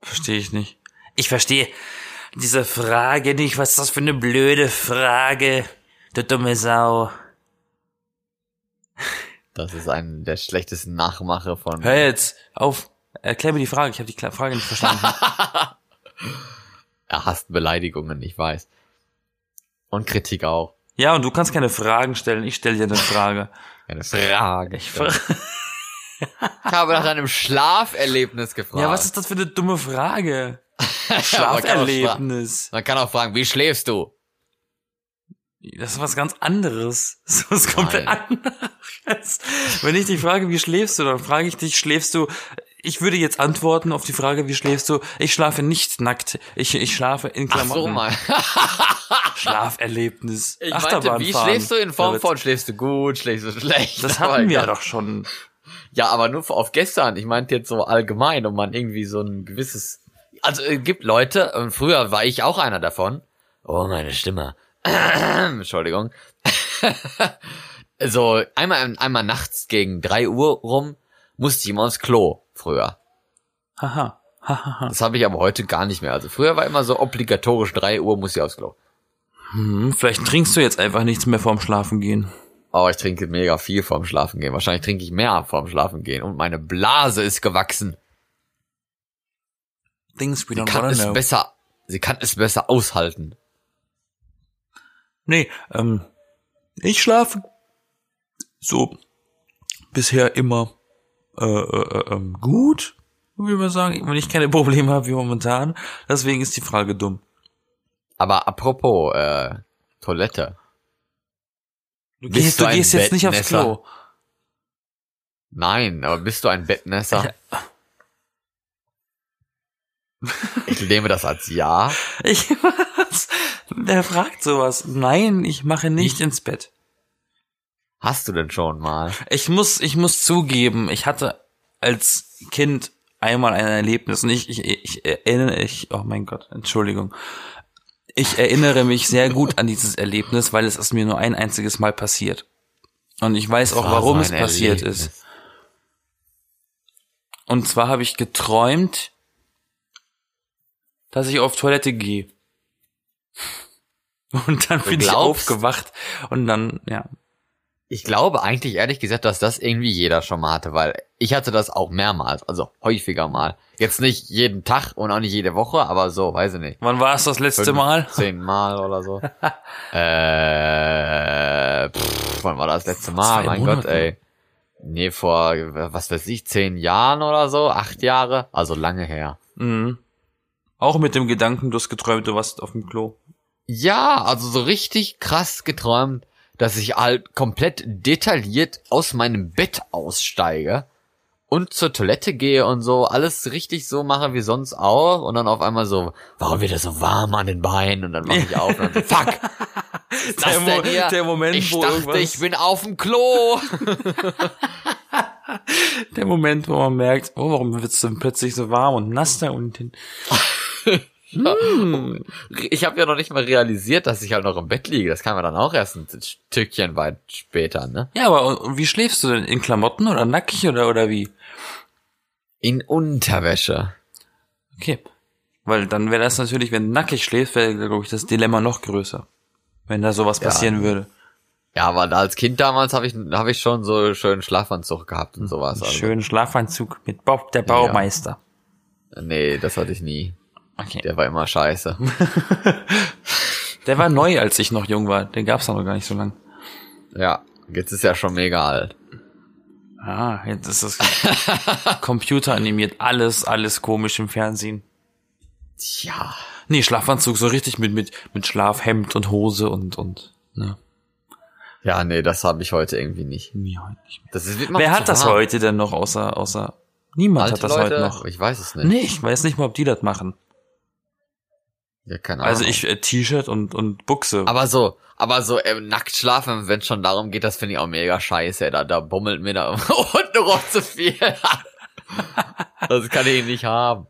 Speaker 1: Verstehe ich nicht. Ich verstehe diese Frage nicht. Was ist das für eine blöde Frage? Du dumme Sau.
Speaker 2: Das ist ein der schlechtesten Nachmache von.
Speaker 1: Hör jetzt auf. Erklär mir die Frage. Ich habe die Kla- Frage nicht verstanden.
Speaker 2: Er hasst Beleidigungen, ich weiß. Und Kritik auch.
Speaker 1: ja, und du kannst keine Fragen stellen. Ich stelle dir eine Frage.
Speaker 2: Eine Frage.
Speaker 1: Ich ver-
Speaker 2: Ich habe nach deinem Schlaferlebnis gefragt.
Speaker 1: ja, was ist das für eine dumme Frage?
Speaker 2: Man kann auch fra-
Speaker 1: Schlaferlebnis.
Speaker 2: Man kann auch fragen, wie schläfst du?
Speaker 1: Das ist was ganz anderes. Das ist was komplett anderes. Wenn ich dich frage, wie schläfst du, dann frage ich dich, schläfst du? Ich würde jetzt antworten auf die Frage, wie schläfst du? Ich schlafe nicht nackt. Ich, ich schlafe in
Speaker 2: Ach
Speaker 1: Klamotten.
Speaker 2: so, mal.
Speaker 1: Schlaferlebnis.
Speaker 2: Ich meinte,
Speaker 1: Achterbahnfahren.
Speaker 2: wie schläfst du in Form
Speaker 1: David,
Speaker 2: von schläfst du gut, schläfst du schlecht?
Speaker 1: Das
Speaker 2: Aber
Speaker 1: hatten wir
Speaker 2: egal.
Speaker 1: doch schon.
Speaker 2: Ja, aber nur auf gestern. Ich meinte jetzt so allgemein, um man irgendwie so ein gewisses. Also es gibt Leute, und früher war ich auch einer davon. Oh, meine Stimme. Entschuldigung. so, einmal, einmal nachts gegen drei Uhr rum musste ich immer ins Klo früher.
Speaker 1: Haha.
Speaker 2: Das habe ich aber heute gar nicht mehr. Also früher war immer so obligatorisch drei Uhr muss ich aufs Klo.
Speaker 1: Hm, vielleicht trinkst du jetzt einfach nichts mehr vorm Schlafen gehen.
Speaker 2: Oh, ich trinke mega viel vorm Schlafen gehen. Wahrscheinlich trinke ich mehr vorm Schlafen gehen. Und meine Blase ist gewachsen.
Speaker 1: Things we don't
Speaker 2: Kann
Speaker 1: wanna
Speaker 2: es
Speaker 1: know.
Speaker 2: besser. Sie kann es besser aushalten.
Speaker 1: Nee, ähm, ich schlafe so bisher immer äh, äh, ähm, gut, würde man sagen, wenn ich keine Probleme habe wie momentan. Deswegen ist die Frage dumm.
Speaker 2: Aber apropos äh, Toilette.
Speaker 1: Du
Speaker 2: Bist
Speaker 1: gehst,
Speaker 2: du
Speaker 1: du
Speaker 2: ein
Speaker 1: gehst jetzt nicht aufs
Speaker 2: Bettnässer?
Speaker 1: Klo.
Speaker 2: Nein, aber bist du ein Bettnässer? Ich nehme das als Ja.
Speaker 1: Ich, was? Der fragt sowas. Nein, ich mache nicht ins Bett.
Speaker 2: Hast du denn schon mal?
Speaker 1: Ich muss, ich muss zugeben, ich hatte als Kind einmal ein Erlebnis und ich, ich, ich erinnere, ich, oh mein Gott, Entschuldigung. Ich erinnere mich sehr gut an dieses Erlebnis, weil es ist mir nur ein einziges Mal passiert. Und ich weiß auch,
Speaker 2: War
Speaker 1: warum
Speaker 2: so
Speaker 1: es
Speaker 2: ein
Speaker 1: passiert
Speaker 2: Erlebnis.
Speaker 1: ist. Und zwar habe ich geträumt, dass ich auf Toilette gehe. Und dann bin ich
Speaker 2: glaubst?
Speaker 1: aufgewacht und dann, ja,
Speaker 2: Ich glaube eigentlich ehrlich gesagt, dass das irgendwie jeder schon mal hatte, weil ich hatte das auch mehrmals, also häufiger mal. Jetzt nicht jeden Tag und auch nicht jede Woche, aber so, weiß ich nicht.
Speaker 1: wann war es das letzte Mal?
Speaker 2: Zehn Mal oder so. äh, pff, wann war das letzte Mal?
Speaker 1: zwei
Speaker 2: mein
Speaker 1: Monaten.
Speaker 2: Gott, ey. Nee, vor, was weiß ich, zehn Jahren oder so, acht Jahre, also lange her.
Speaker 1: Mhm. Auch mit dem Gedanken, du hast geträumt, du warst auf dem Klo.
Speaker 2: Ja, also so richtig krass geträumt, dass ich halt komplett detailliert aus meinem Bett aussteige und zur Toilette gehe und so alles richtig so mache wie sonst auch und dann auf einmal so, warum wird das so warm an den Beinen und dann mach ich auf und dann so, fuck, was
Speaker 1: Der Mo-
Speaker 2: denn hier?
Speaker 1: der Moment,
Speaker 2: ich
Speaker 1: wo
Speaker 2: dachte,
Speaker 1: irgendwas-
Speaker 2: ich bin auf dem Klo.
Speaker 1: Der Moment, wo man merkt, oh, warum wird's denn plötzlich so warm und nass da unten?
Speaker 2: Ich habe ja noch nicht mal realisiert, dass ich halt noch im Bett liege. Das kam ja dann auch erst ein Stückchen weit später, ne?
Speaker 1: Ja, aber und- und wie schläfst du denn? In Klamotten oder nackig oder, oder wie?
Speaker 2: In Unterwäsche.
Speaker 1: Okay. Weil dann wäre das natürlich, wenn du nackig schläfst, wäre, glaube ich, das Dilemma noch größer. Wenn da sowas passieren würde.
Speaker 2: Ja, aber als Kind damals habe ich, hab ich schon so einen schönen Schlafanzug gehabt
Speaker 1: Hm,
Speaker 2: und sowas. Also.
Speaker 1: Schönen Schlafanzug mit Bob, der Baumeister.
Speaker 2: Nee, das hatte ich nie.
Speaker 1: Okay.
Speaker 2: Der war immer scheiße.
Speaker 1: Der war neu, als ich noch jung war. Den gab's noch gar nicht so lang.
Speaker 2: ja, jetzt ist er schon mega alt.
Speaker 1: Ah, jetzt ist das Computer animiert. Alles, alles komisch im Fernsehen.
Speaker 2: Tja.
Speaker 1: Nee, Schlafanzug, so richtig mit, mit, mit Schlafhemd und Hose und, und, ne.
Speaker 2: Ja, nee, das habe ich heute irgendwie nicht.
Speaker 1: Mir heute nicht mehr.
Speaker 2: Das ist, wird mal
Speaker 1: Wer
Speaker 2: zu
Speaker 1: hat das
Speaker 2: warm.
Speaker 1: heute denn noch, außer, außer, niemand
Speaker 2: Alte
Speaker 1: hat das
Speaker 2: Leute?
Speaker 1: heute noch.
Speaker 2: Ich weiß es nicht.
Speaker 1: Nee, ich weiß nicht mal, ob die das machen.
Speaker 2: Ja, keine Ahnung.
Speaker 1: Also ich, äh, T-Shirt und, und Buchse.
Speaker 2: Aber so, aber so ähm, nackt schlafen, wenn es schon darum geht, das finde ich auch mega scheiße. Da, da bummelt mir da unten noch zu viel. das kann ich nicht haben.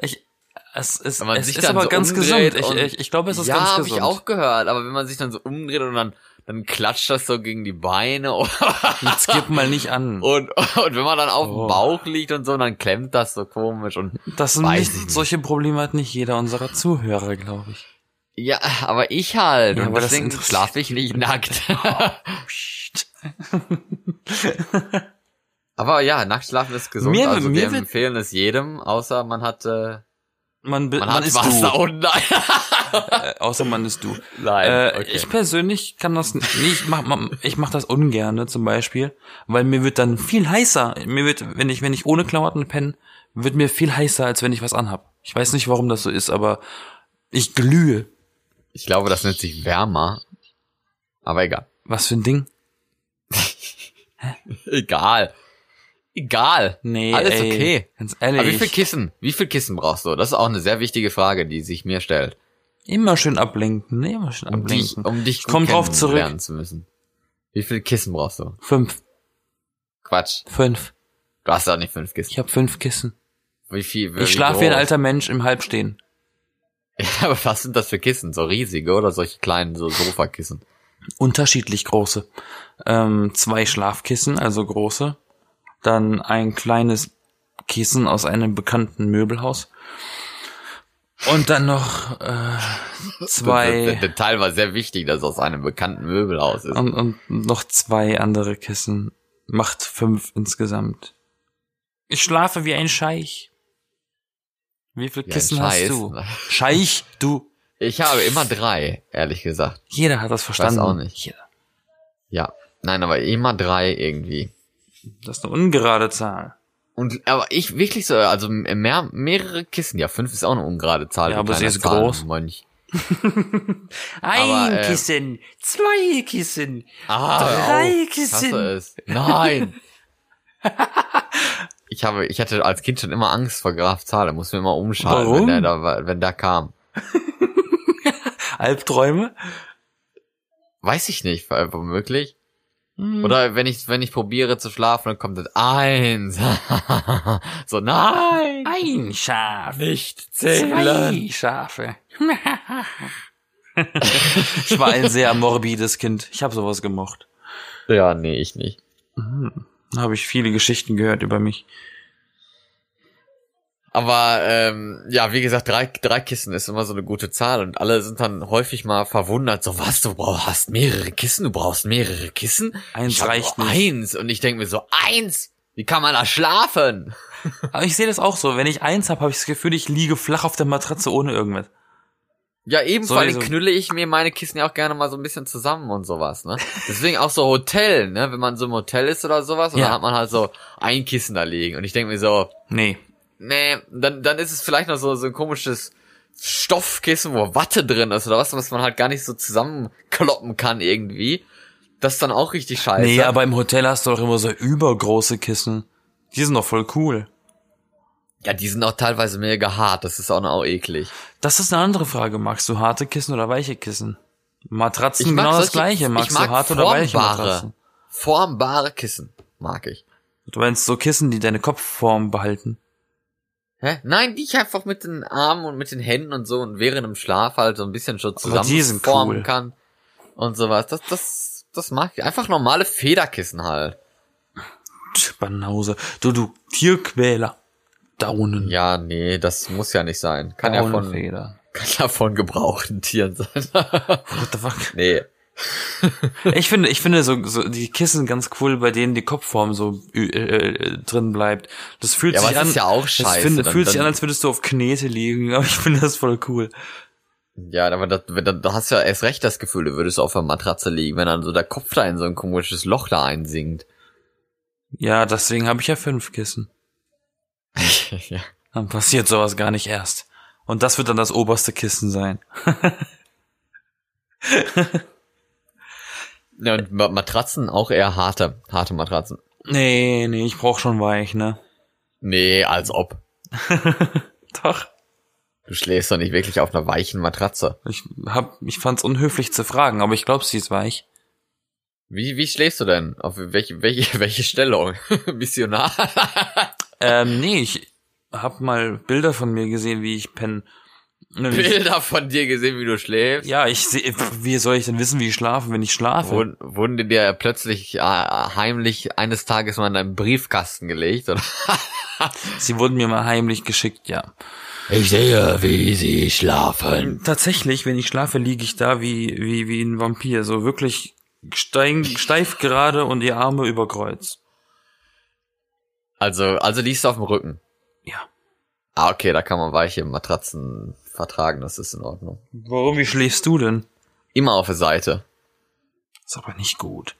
Speaker 1: ich, es ist,
Speaker 2: Wenn man
Speaker 1: es
Speaker 2: sich
Speaker 1: ist
Speaker 2: dann
Speaker 1: aber
Speaker 2: so
Speaker 1: ganz gesund.
Speaker 2: umdreht
Speaker 1: Ich,
Speaker 2: und-
Speaker 1: ich, ich glaube, es ist
Speaker 2: ja,
Speaker 1: ganz
Speaker 2: hab
Speaker 1: gesund.
Speaker 2: ich auch gehört. Aber wenn man sich dann so umdreht und dann, dann klatscht das so gegen die Beine oder
Speaker 1: Jetzt gib mal nicht an.
Speaker 2: Und, und wenn man dann auf
Speaker 1: Oh.
Speaker 2: dem Bauch liegt und so, dann klemmt das so komisch und
Speaker 1: Das sind
Speaker 2: weiß
Speaker 1: nicht,
Speaker 2: ich nicht.
Speaker 1: solche Probleme hat nicht jeder unserer Zuhörer, glaube ich.
Speaker 2: ja, aber ich halt.
Speaker 1: Ja,
Speaker 2: und
Speaker 1: aber das
Speaker 2: deswegen
Speaker 1: interessiert-
Speaker 2: schlafe ich nicht nackt.
Speaker 1: Psst.
Speaker 2: aber ja, nackt schlafen ist gesund.
Speaker 1: Mir-
Speaker 2: also
Speaker 1: mir
Speaker 2: wir
Speaker 1: wird-
Speaker 2: empfehlen es jedem, außer man hat, äh,
Speaker 1: Man, be-
Speaker 2: man,
Speaker 1: man
Speaker 2: hat
Speaker 1: ist
Speaker 2: was
Speaker 1: du.
Speaker 2: da unten.
Speaker 1: Äh, außer man ist du.
Speaker 2: Nein,
Speaker 1: äh,
Speaker 2: okay.
Speaker 1: Ich persönlich kann das nicht. Ich mach, mach- ich mach das ungern zum Beispiel, weil mir wird dann viel heißer. Mir wird, wenn ich wenn ich ohne Klamotten penne, wird mir viel heißer, als wenn ich was anhab. Ich weiß nicht, warum das so ist, aber ich glühe.
Speaker 2: ich glaube, das nennt sich wärmer. Aber egal.
Speaker 1: Was für ein Ding?
Speaker 2: Egal. Egal.
Speaker 1: Nee,
Speaker 2: Alles
Speaker 1: ey,
Speaker 2: okay.
Speaker 1: Ganz
Speaker 2: Aber wie viel
Speaker 1: ehrlich.
Speaker 2: Kissen? Wie viel Kissen brauchst du? Das ist auch eine sehr wichtige Frage, die sich mir stellt.
Speaker 1: Immer schön ablenken, nee, immer schön
Speaker 2: Um dich,
Speaker 1: ablenken.
Speaker 2: um dich gut
Speaker 1: Komm drauf zurück.
Speaker 2: kennenlernen zu müssen. Wie viel Kissen brauchst du?
Speaker 1: Fünf,
Speaker 2: Quatsch.
Speaker 1: fünf.
Speaker 2: Du hast doch nicht fünf Kissen.
Speaker 1: Ich habe fünf Kissen.
Speaker 2: Wie viel? wie
Speaker 1: Ich schlafe wie ein
Speaker 2: groß?
Speaker 1: alter Mensch im Halbstehen.
Speaker 2: Ja, aber was sind das für Kissen? So riesige oder solche kleinen so Sofakissen?
Speaker 1: Unterschiedlich große. Ähm, zwei Schlafkissen, also große. Dann ein kleines Kissen aus einem bekannten Möbelhaus. Und dann noch äh,
Speaker 2: Der,
Speaker 1: zwei Um-
Speaker 2: der Teil war sehr wichtig, dass es aus einem bekannten Möbelhaus ist.
Speaker 1: und, und noch zwei andere Kissen. Macht fünf insgesamt. Ich schlafe wie ein Scheich. Wie viel
Speaker 2: ein
Speaker 1: Kissen
Speaker 2: Scheiß.
Speaker 1: hast du? Scheich, du.
Speaker 2: Ich habe immer drei, ehrlich gesagt.
Speaker 1: Jeder hat das verstanden.
Speaker 2: auch nicht.
Speaker 1: Jeder.
Speaker 2: Ja. Nein, aber immer drei irgendwie.
Speaker 1: Das ist eine ungerade Zahl.
Speaker 2: Und aber ich wirklich so, also mehr, mehrere Kissen. Ja, fünf ist auch eine ungerade Zahl.
Speaker 1: Ja,
Speaker 2: du
Speaker 1: aber sie
Speaker 2: kleiner
Speaker 1: ist groß.
Speaker 2: Mönch.
Speaker 1: Ein
Speaker 2: Aber, äh,
Speaker 1: Kissen, zwei Kissen.
Speaker 2: Ah, hör
Speaker 1: Drei
Speaker 2: auf. Ich hasse
Speaker 1: Kissen.
Speaker 2: es. Nein. ich habe, ich hatte als Kind schon immer Angst vor Graf Zahle. Muss mir immer umschalten,
Speaker 1: Warum?
Speaker 2: wenn der da, war- wenn der kam.
Speaker 1: Albträume?
Speaker 2: Weiß ich nicht, war- womöglich.
Speaker 1: Hm.
Speaker 2: Oder wenn ich, wenn ich probiere zu schlafen, dann kommt das eins. so, nein.
Speaker 1: Ein Schaf.
Speaker 2: Nicht
Speaker 1: Zwei Schafe. ich war ein sehr morbides Kind. Ich habe sowas gemocht.
Speaker 2: Ja, nee, ich nicht.
Speaker 1: Hm. Da habe ich viele Geschichten gehört über mich.
Speaker 2: Aber ähm, ja, wie gesagt, drei, drei Kissen ist immer so eine gute Zahl und alle sind dann häufig mal verwundert, so was, du brauchst hast mehrere Kissen, du brauchst mehrere Kissen?
Speaker 1: Eins
Speaker 2: ich hab
Speaker 1: reicht
Speaker 2: nur
Speaker 1: nicht.
Speaker 2: Eins und ich denke mir so, eins? Wie kann man da schlafen?
Speaker 1: Aber ich sehe das auch so. Wenn ich eins habe, habe ich das Gefühl, ich liege flach auf der Matratze ohne irgendwas.
Speaker 2: Ja, eben vor allem
Speaker 1: Sowieso.
Speaker 2: knülle ich mir meine Kissen ja auch gerne mal so ein bisschen zusammen und sowas, ne? Deswegen auch so Hotel, ne? Wenn man so im Hotel ist oder sowas, und
Speaker 1: Ja.
Speaker 2: dann hat man halt so ein Kissen da liegen. Und ich denke mir so,
Speaker 1: Nee.
Speaker 2: nee, dann, dann ist es vielleicht noch so, so ein komisches Stoffkissen, wo Watte drin ist oder was, was man halt gar nicht so zusammenkloppen kann irgendwie. Das ist dann auch richtig scheiße.
Speaker 1: Nee, aber im Hotel hast du doch immer so übergroße Kissen. Die sind doch voll cool.
Speaker 2: ja, die sind auch teilweise mega hart, das ist auch noch eklig.
Speaker 1: Das ist eine andere Frage. Magst du harte Kissen oder weiche Kissen? Matratzen
Speaker 2: mag
Speaker 1: genau das
Speaker 2: solche-
Speaker 1: gleiche.
Speaker 2: ich
Speaker 1: Magst
Speaker 2: mag
Speaker 1: du harte oder weiche
Speaker 2: formbare-
Speaker 1: Matratzen?
Speaker 2: Formbare Kissen mag ich.
Speaker 1: Du meinst so Kissen, die deine Kopfform behalten.
Speaker 2: Hä? Nein, die ich einfach mit den Armen und mit den Händen und so und während im Schlaf halt so ein bisschen schon
Speaker 1: Aber die sind
Speaker 2: zusammenformen
Speaker 1: cool.
Speaker 2: kann und sowas. Das, das, das mag ich. Einfach normale Federkissen halt.
Speaker 1: Tch, Banause. Du, du Tierquäler. Daunen.
Speaker 2: Ja, nee, das muss ja nicht sein. Kann ja von,
Speaker 1: Daunenfeder.
Speaker 2: kann ja von gebrauchten Tieren sein.
Speaker 1: What the fuck?
Speaker 2: nee.
Speaker 1: Ich finde, ich finde so, so die Kissen ganz cool, bei denen die Kopfform so äh, äh, drin bleibt. Das fühlt
Speaker 2: Ja, aber
Speaker 1: sich
Speaker 2: das
Speaker 1: an.
Speaker 2: ist ja auch
Speaker 1: das
Speaker 2: scheiße.
Speaker 1: finde-
Speaker 2: Dann-
Speaker 1: fühlt sich
Speaker 2: dann-
Speaker 1: an, als würdest du auf Knete liegen, aber ich finde das voll cool.
Speaker 2: Ja, aber das, wenn, dann- da hast du ja erst recht das Gefühl, du würdest auf der Matratze liegen, wenn dann so der Kopf da in so ein komisches Loch da einsinkt.
Speaker 1: Ja, deswegen habe ich ja fünf Kissen.
Speaker 2: ja.
Speaker 1: Dann passiert sowas gar nicht erst. Und das wird dann das oberste Kissen sein.
Speaker 2: ja, und Ma- Matratzen auch eher harte, harte Matratzen.
Speaker 1: Nee, nee, ich brauch schon weich, ne?
Speaker 2: Nee, als ob.
Speaker 1: Doch.
Speaker 2: Du schläfst doch nicht wirklich auf einer weichen Matratze.
Speaker 1: Ich hab, ich fand's unhöflich zu fragen, aber ich glaube, sie ist weich.
Speaker 2: Wie, wie schläfst du denn? Auf welche, welche, welche Stellung? Missionar?
Speaker 1: Ähm, nee, ich hab mal Bilder von mir gesehen, wie ich penne. Und ich-
Speaker 2: Bilder von dir gesehen, wie du schläfst?
Speaker 1: Ja, ich sehe, wie soll ich denn wissen, wie ich schlafe, wenn ich schlafe?
Speaker 2: Wurden, wurden die dir plötzlich äh, heimlich eines Tages mal in deinen Briefkasten gelegt? Oder?
Speaker 1: Sie wurden mir mal heimlich geschickt, ja.
Speaker 2: Ich sehe, wie sie schlafen.
Speaker 1: Ähm, Tatsächlich, wenn ich schlafe, liege ich da wie, wie, wie ein Vampir, so wirklich stein, steif gerade und die Arme über Kreuz.
Speaker 2: Also, also liegst du auf dem Rücken.
Speaker 1: Ja.
Speaker 2: Ah, okay, da kann man weiche Matratzen vertragen, das ist in Ordnung.
Speaker 1: Warum, wie schläfst du denn?
Speaker 2: Immer auf der Seite.
Speaker 1: Ist aber nicht gut.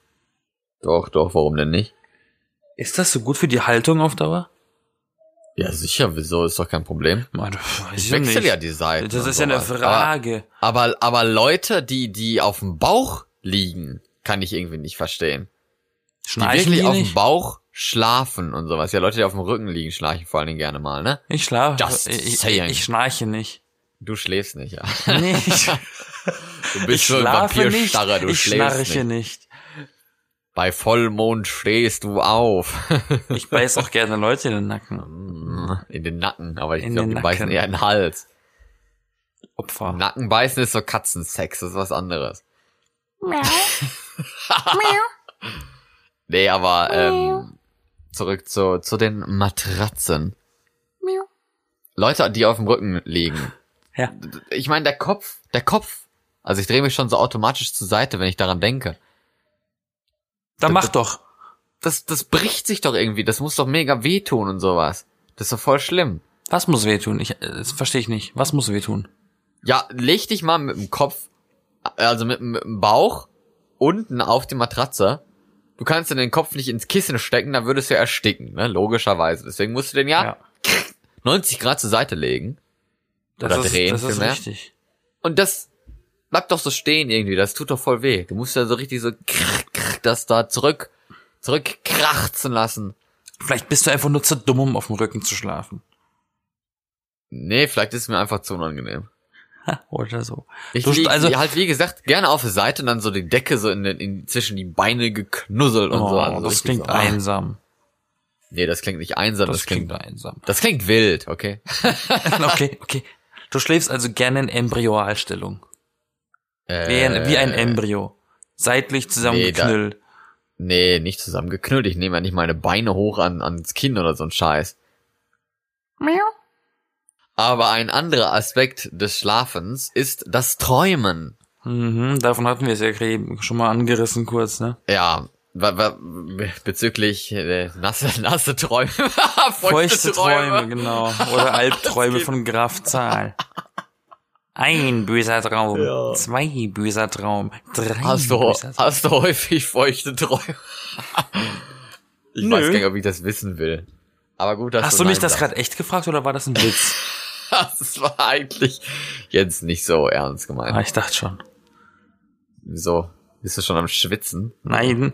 Speaker 2: Doch, doch, warum denn nicht?
Speaker 1: Ist das so gut für die Haltung auf Dauer?
Speaker 2: Ja, sicher, wieso, ist doch kein Problem.
Speaker 1: Man, weiß
Speaker 2: Ich
Speaker 1: ja
Speaker 2: wechsle
Speaker 1: nicht.
Speaker 2: ja die Seite.
Speaker 1: Das
Speaker 2: und
Speaker 1: ist ja eine
Speaker 2: sowas.
Speaker 1: Frage.
Speaker 2: Aber, aber, aber Leute, die, die auf dem Bauch liegen, kann ich irgendwie nicht verstehen. Die
Speaker 1: Schnarchen
Speaker 2: wirklich
Speaker 1: die
Speaker 2: auf dem
Speaker 1: nicht?
Speaker 2: Bauch schlafen und sowas. Ja, Leute, die auf dem Rücken liegen, schlachen vor allen Dingen gerne mal, ne?
Speaker 1: Ich schlafe.
Speaker 2: Just
Speaker 1: ich, ich,
Speaker 2: saying.
Speaker 1: ich schnarche nicht.
Speaker 2: Du schläfst nicht, ja.
Speaker 1: Nee, ich,
Speaker 2: Du
Speaker 1: ich
Speaker 2: bist so ein
Speaker 1: schlafe nicht.
Speaker 2: Vampirstarrer, du
Speaker 1: ich
Speaker 2: schläfst
Speaker 1: schnarche nicht.
Speaker 2: nicht. Bei Vollmond stehst du auf.
Speaker 1: Ich beiß auch gerne Leute in den Nacken.
Speaker 2: In den Nacken, aber ich
Speaker 1: In
Speaker 2: glaube,
Speaker 1: den
Speaker 2: die beißen
Speaker 1: Nacken.
Speaker 2: eher in den Hals.
Speaker 1: Opfer.
Speaker 2: Nacken beißen ist so Katzensex, das ist was anderes. Nee, aber
Speaker 1: Ah.
Speaker 2: ähm, zurück zu, zu den Matratzen. Leute, die auf dem Rücken liegen.
Speaker 1: Ja.
Speaker 2: Ich meine, der Kopf, der Kopf. Also ich drehe mich schon so automatisch zur Seite, wenn ich daran denke.
Speaker 1: Dann mach doch.
Speaker 2: Das, das bricht sich doch irgendwie. Das muss doch mega wehtun und sowas. Das ist doch voll schlimm.
Speaker 1: Was muss wehtun? Ich, äh, das verstehe ich nicht. Was muss wehtun?
Speaker 2: Ja, leg dich mal mit dem Kopf, also mit, mit dem Bauch unten auf die Matratze. Du kannst dir den Kopf nicht ins Kissen stecken, dann würdest du ersticken, ne? Logischerweise. Deswegen musst du den ja, 90 Grad zur Seite legen.
Speaker 1: Das
Speaker 2: Oder
Speaker 1: ist,
Speaker 2: drehen
Speaker 1: das ist
Speaker 2: vielmehr.
Speaker 1: richtig.
Speaker 2: Und das bleibt doch so stehen irgendwie. Das tut doch voll weh. Du musst ja so richtig so krr, krr, das da zurück, zurück krachzen lassen.
Speaker 1: Vielleicht bist du einfach nur zu dumm, um auf dem Rücken zu schlafen.
Speaker 2: Nee, vielleicht ist es mir einfach zu unangenehm.
Speaker 1: Ha, Oder so.
Speaker 2: Ich
Speaker 1: Du st-
Speaker 2: lieg,
Speaker 1: also-
Speaker 2: halt wie gesagt gerne auf der Seite und dann so die Decke so in, den, in zwischen die Beine geknusselt und
Speaker 1: Oh,
Speaker 2: so. Also so
Speaker 1: das
Speaker 2: richtig
Speaker 1: klingt
Speaker 2: so, ah.
Speaker 1: einsam.
Speaker 2: Nee, das klingt nicht einsam,
Speaker 1: Das,
Speaker 2: das,
Speaker 1: klingt,
Speaker 2: klingt,
Speaker 1: einsam.
Speaker 2: das klingt wild, okay?
Speaker 1: okay, okay. Du schläfst also gerne in Embryoalstellung. Wie ein, wie
Speaker 2: Äh,
Speaker 1: ein Embryo. Seitlich zusammengeknüllt.
Speaker 2: Nee, nicht zusammengeknüllt. Ich nehme ja nicht meine Beine hoch an, ans Kinn oder so ein Scheiß. Aber ein anderer Aspekt des Schlafens ist das Träumen.
Speaker 1: mhm, davon hatten wir es ja eben schon mal angerissen kurz, ne?
Speaker 2: Ja, wa- wa- be- bezüglich äh, nasse, nasse Träume.
Speaker 1: Feuchte Träume, genau. Oder Albträume von Graf Zahl. Ein böser Traum,
Speaker 2: Ja.
Speaker 1: zwei böser Traum, drei
Speaker 2: Hast du,
Speaker 1: böser Traum.
Speaker 2: hast du häufig feuchte Träume? Ich
Speaker 1: Nö.
Speaker 2: weiß gar nicht, ob ich das wissen will. Aber gut, dass
Speaker 1: Hast du mich
Speaker 2: Nein
Speaker 1: das
Speaker 2: sagst.
Speaker 1: gerade echt gefragt oder war das ein Witz?
Speaker 2: Das war eigentlich jetzt nicht so ernst gemeint.
Speaker 1: ah, ich dachte schon.
Speaker 2: Wieso? Bist du schon am Schwitzen?
Speaker 1: Nein,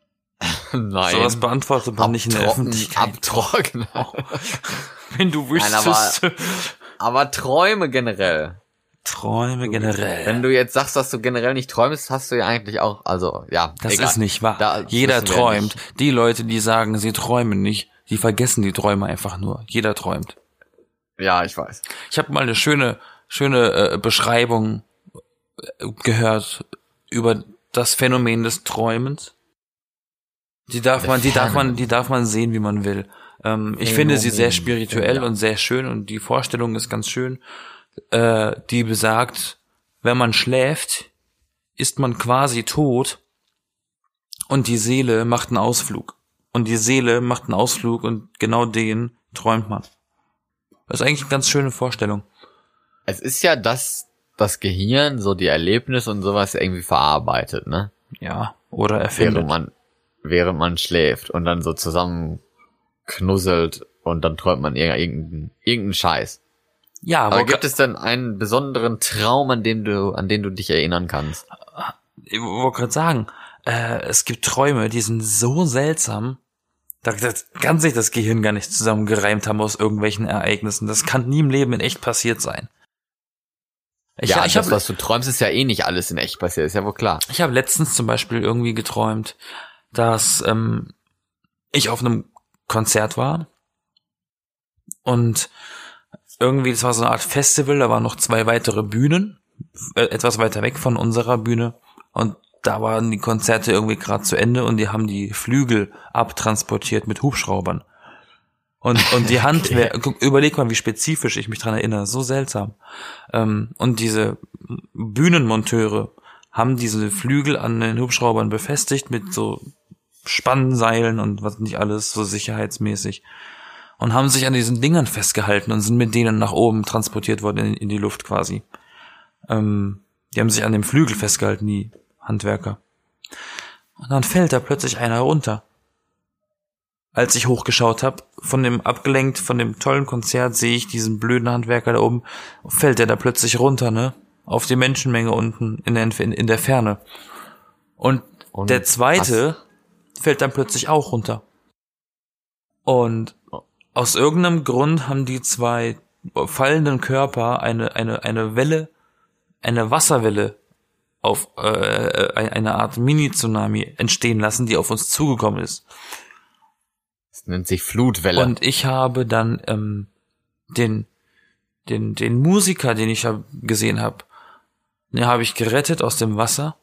Speaker 2: Nein.
Speaker 1: sowas beantwortet man nicht in der
Speaker 2: Abtrocken-
Speaker 1: Öffentlichkeit.
Speaker 2: Abtrocknen.
Speaker 1: Wenn du wüsstest.
Speaker 2: Aber Träume generell.
Speaker 1: Träume generell.
Speaker 2: Wenn du jetzt sagst, dass du generell nicht träumst, hast du ja eigentlich auch, also, ja.
Speaker 1: Das
Speaker 2: egal.
Speaker 1: ist nicht wahr.
Speaker 2: Da
Speaker 1: Jeder
Speaker 2: wissen wir ja
Speaker 1: träumt. Die Leute, die sagen, sie träumen nicht, die vergessen die Träume einfach nur. Jeder träumt.
Speaker 2: Ja, ich weiß.
Speaker 1: Ich habe mal eine schöne, schöne äh, Beschreibung äh, gehört über das Phänomen des Träumens. Die darf
Speaker 2: Der
Speaker 1: man, die darf
Speaker 2: Phänomen.
Speaker 1: man, die darf man sehen, wie man will. Ähm, ich finde sie sehr spirituell
Speaker 2: ja.
Speaker 1: und sehr schön und die Vorstellung ist ganz schön. Äh, die besagt, wenn man schläft, ist man quasi tot und die Seele macht einen Ausflug. Und die Seele macht einen Ausflug und genau den träumt man. Das ist eigentlich eine ganz schöne Vorstellung.
Speaker 2: Es ist ja, dass das Gehirn so die Erlebnisse und sowas irgendwie verarbeitet, ne?
Speaker 1: Ja, oder
Speaker 2: Während
Speaker 1: erfindet.
Speaker 2: man, während man schläft und dann so zusammen knusselt und dann träumt man irg- irgendeinen irgendeinen Scheiß.
Speaker 1: Ja,
Speaker 2: Aber,
Speaker 1: aber
Speaker 2: gibt es denn einen besonderen Traum, an dem du, an den du dich erinnern kannst?
Speaker 1: ich wollte gerade sagen, äh, es gibt Träume, die sind so seltsam, da das kann sich das Gehirn gar nicht zusammengereimt haben aus irgendwelchen Ereignissen. Das kann nie im Leben in echt passiert sein. Ich,
Speaker 2: ja,
Speaker 1: ich
Speaker 2: das,
Speaker 1: hab-
Speaker 2: was du träumst, ist ja eh nicht alles in echt passiert, ist ja wohl klar.
Speaker 1: Ich habe letztens zum Beispiel irgendwie geträumt, dass ähm, ich auf einem Konzert war und irgendwie, das war so eine Art Festival, da waren noch zwei weitere Bühnen, äh, etwas weiter weg von unserer Bühne und da waren die Konzerte irgendwie gerade zu Ende und die haben die Flügel abtransportiert mit Hubschraubern. Und, und die Handwer guck, überleg mal, wie spezifisch ich mich dran erinnere, so seltsam. Ähm, und diese Bühnenmonteure haben diese Flügel an den Hubschraubern befestigt mit so Spannseilen und was nicht alles, so sicherheitsmäßig. Und haben sich an diesen Dingern festgehalten und sind mit denen nach oben transportiert worden in, in die Luft quasi. Ähm, die haben sich an dem Flügel festgehalten, die Handwerker. Und dann fällt da plötzlich einer runter. Als ich hochgeschaut habe, von dem abgelenkt, von dem tollen Konzert, sehe ich diesen blöden Handwerker da oben, fällt der da plötzlich runter, ne? Auf die Menschenmenge unten in der, Entf- in der Ferne. Und,
Speaker 2: Und
Speaker 1: der zweite fällt dann plötzlich auch runter. Und aus irgendeinem Grund haben die zwei fallenden Körper eine, eine, eine Welle, eine Wasserwelle auf äh, äh, eine Art Mini-Tsunami entstehen lassen, die auf uns zugekommen ist.
Speaker 2: Das nennt sich Flutwelle.
Speaker 1: Und ich habe dann ähm, den, den, den Musiker, den ich hab, gesehen habe, den habe ich gerettet aus dem Wasser.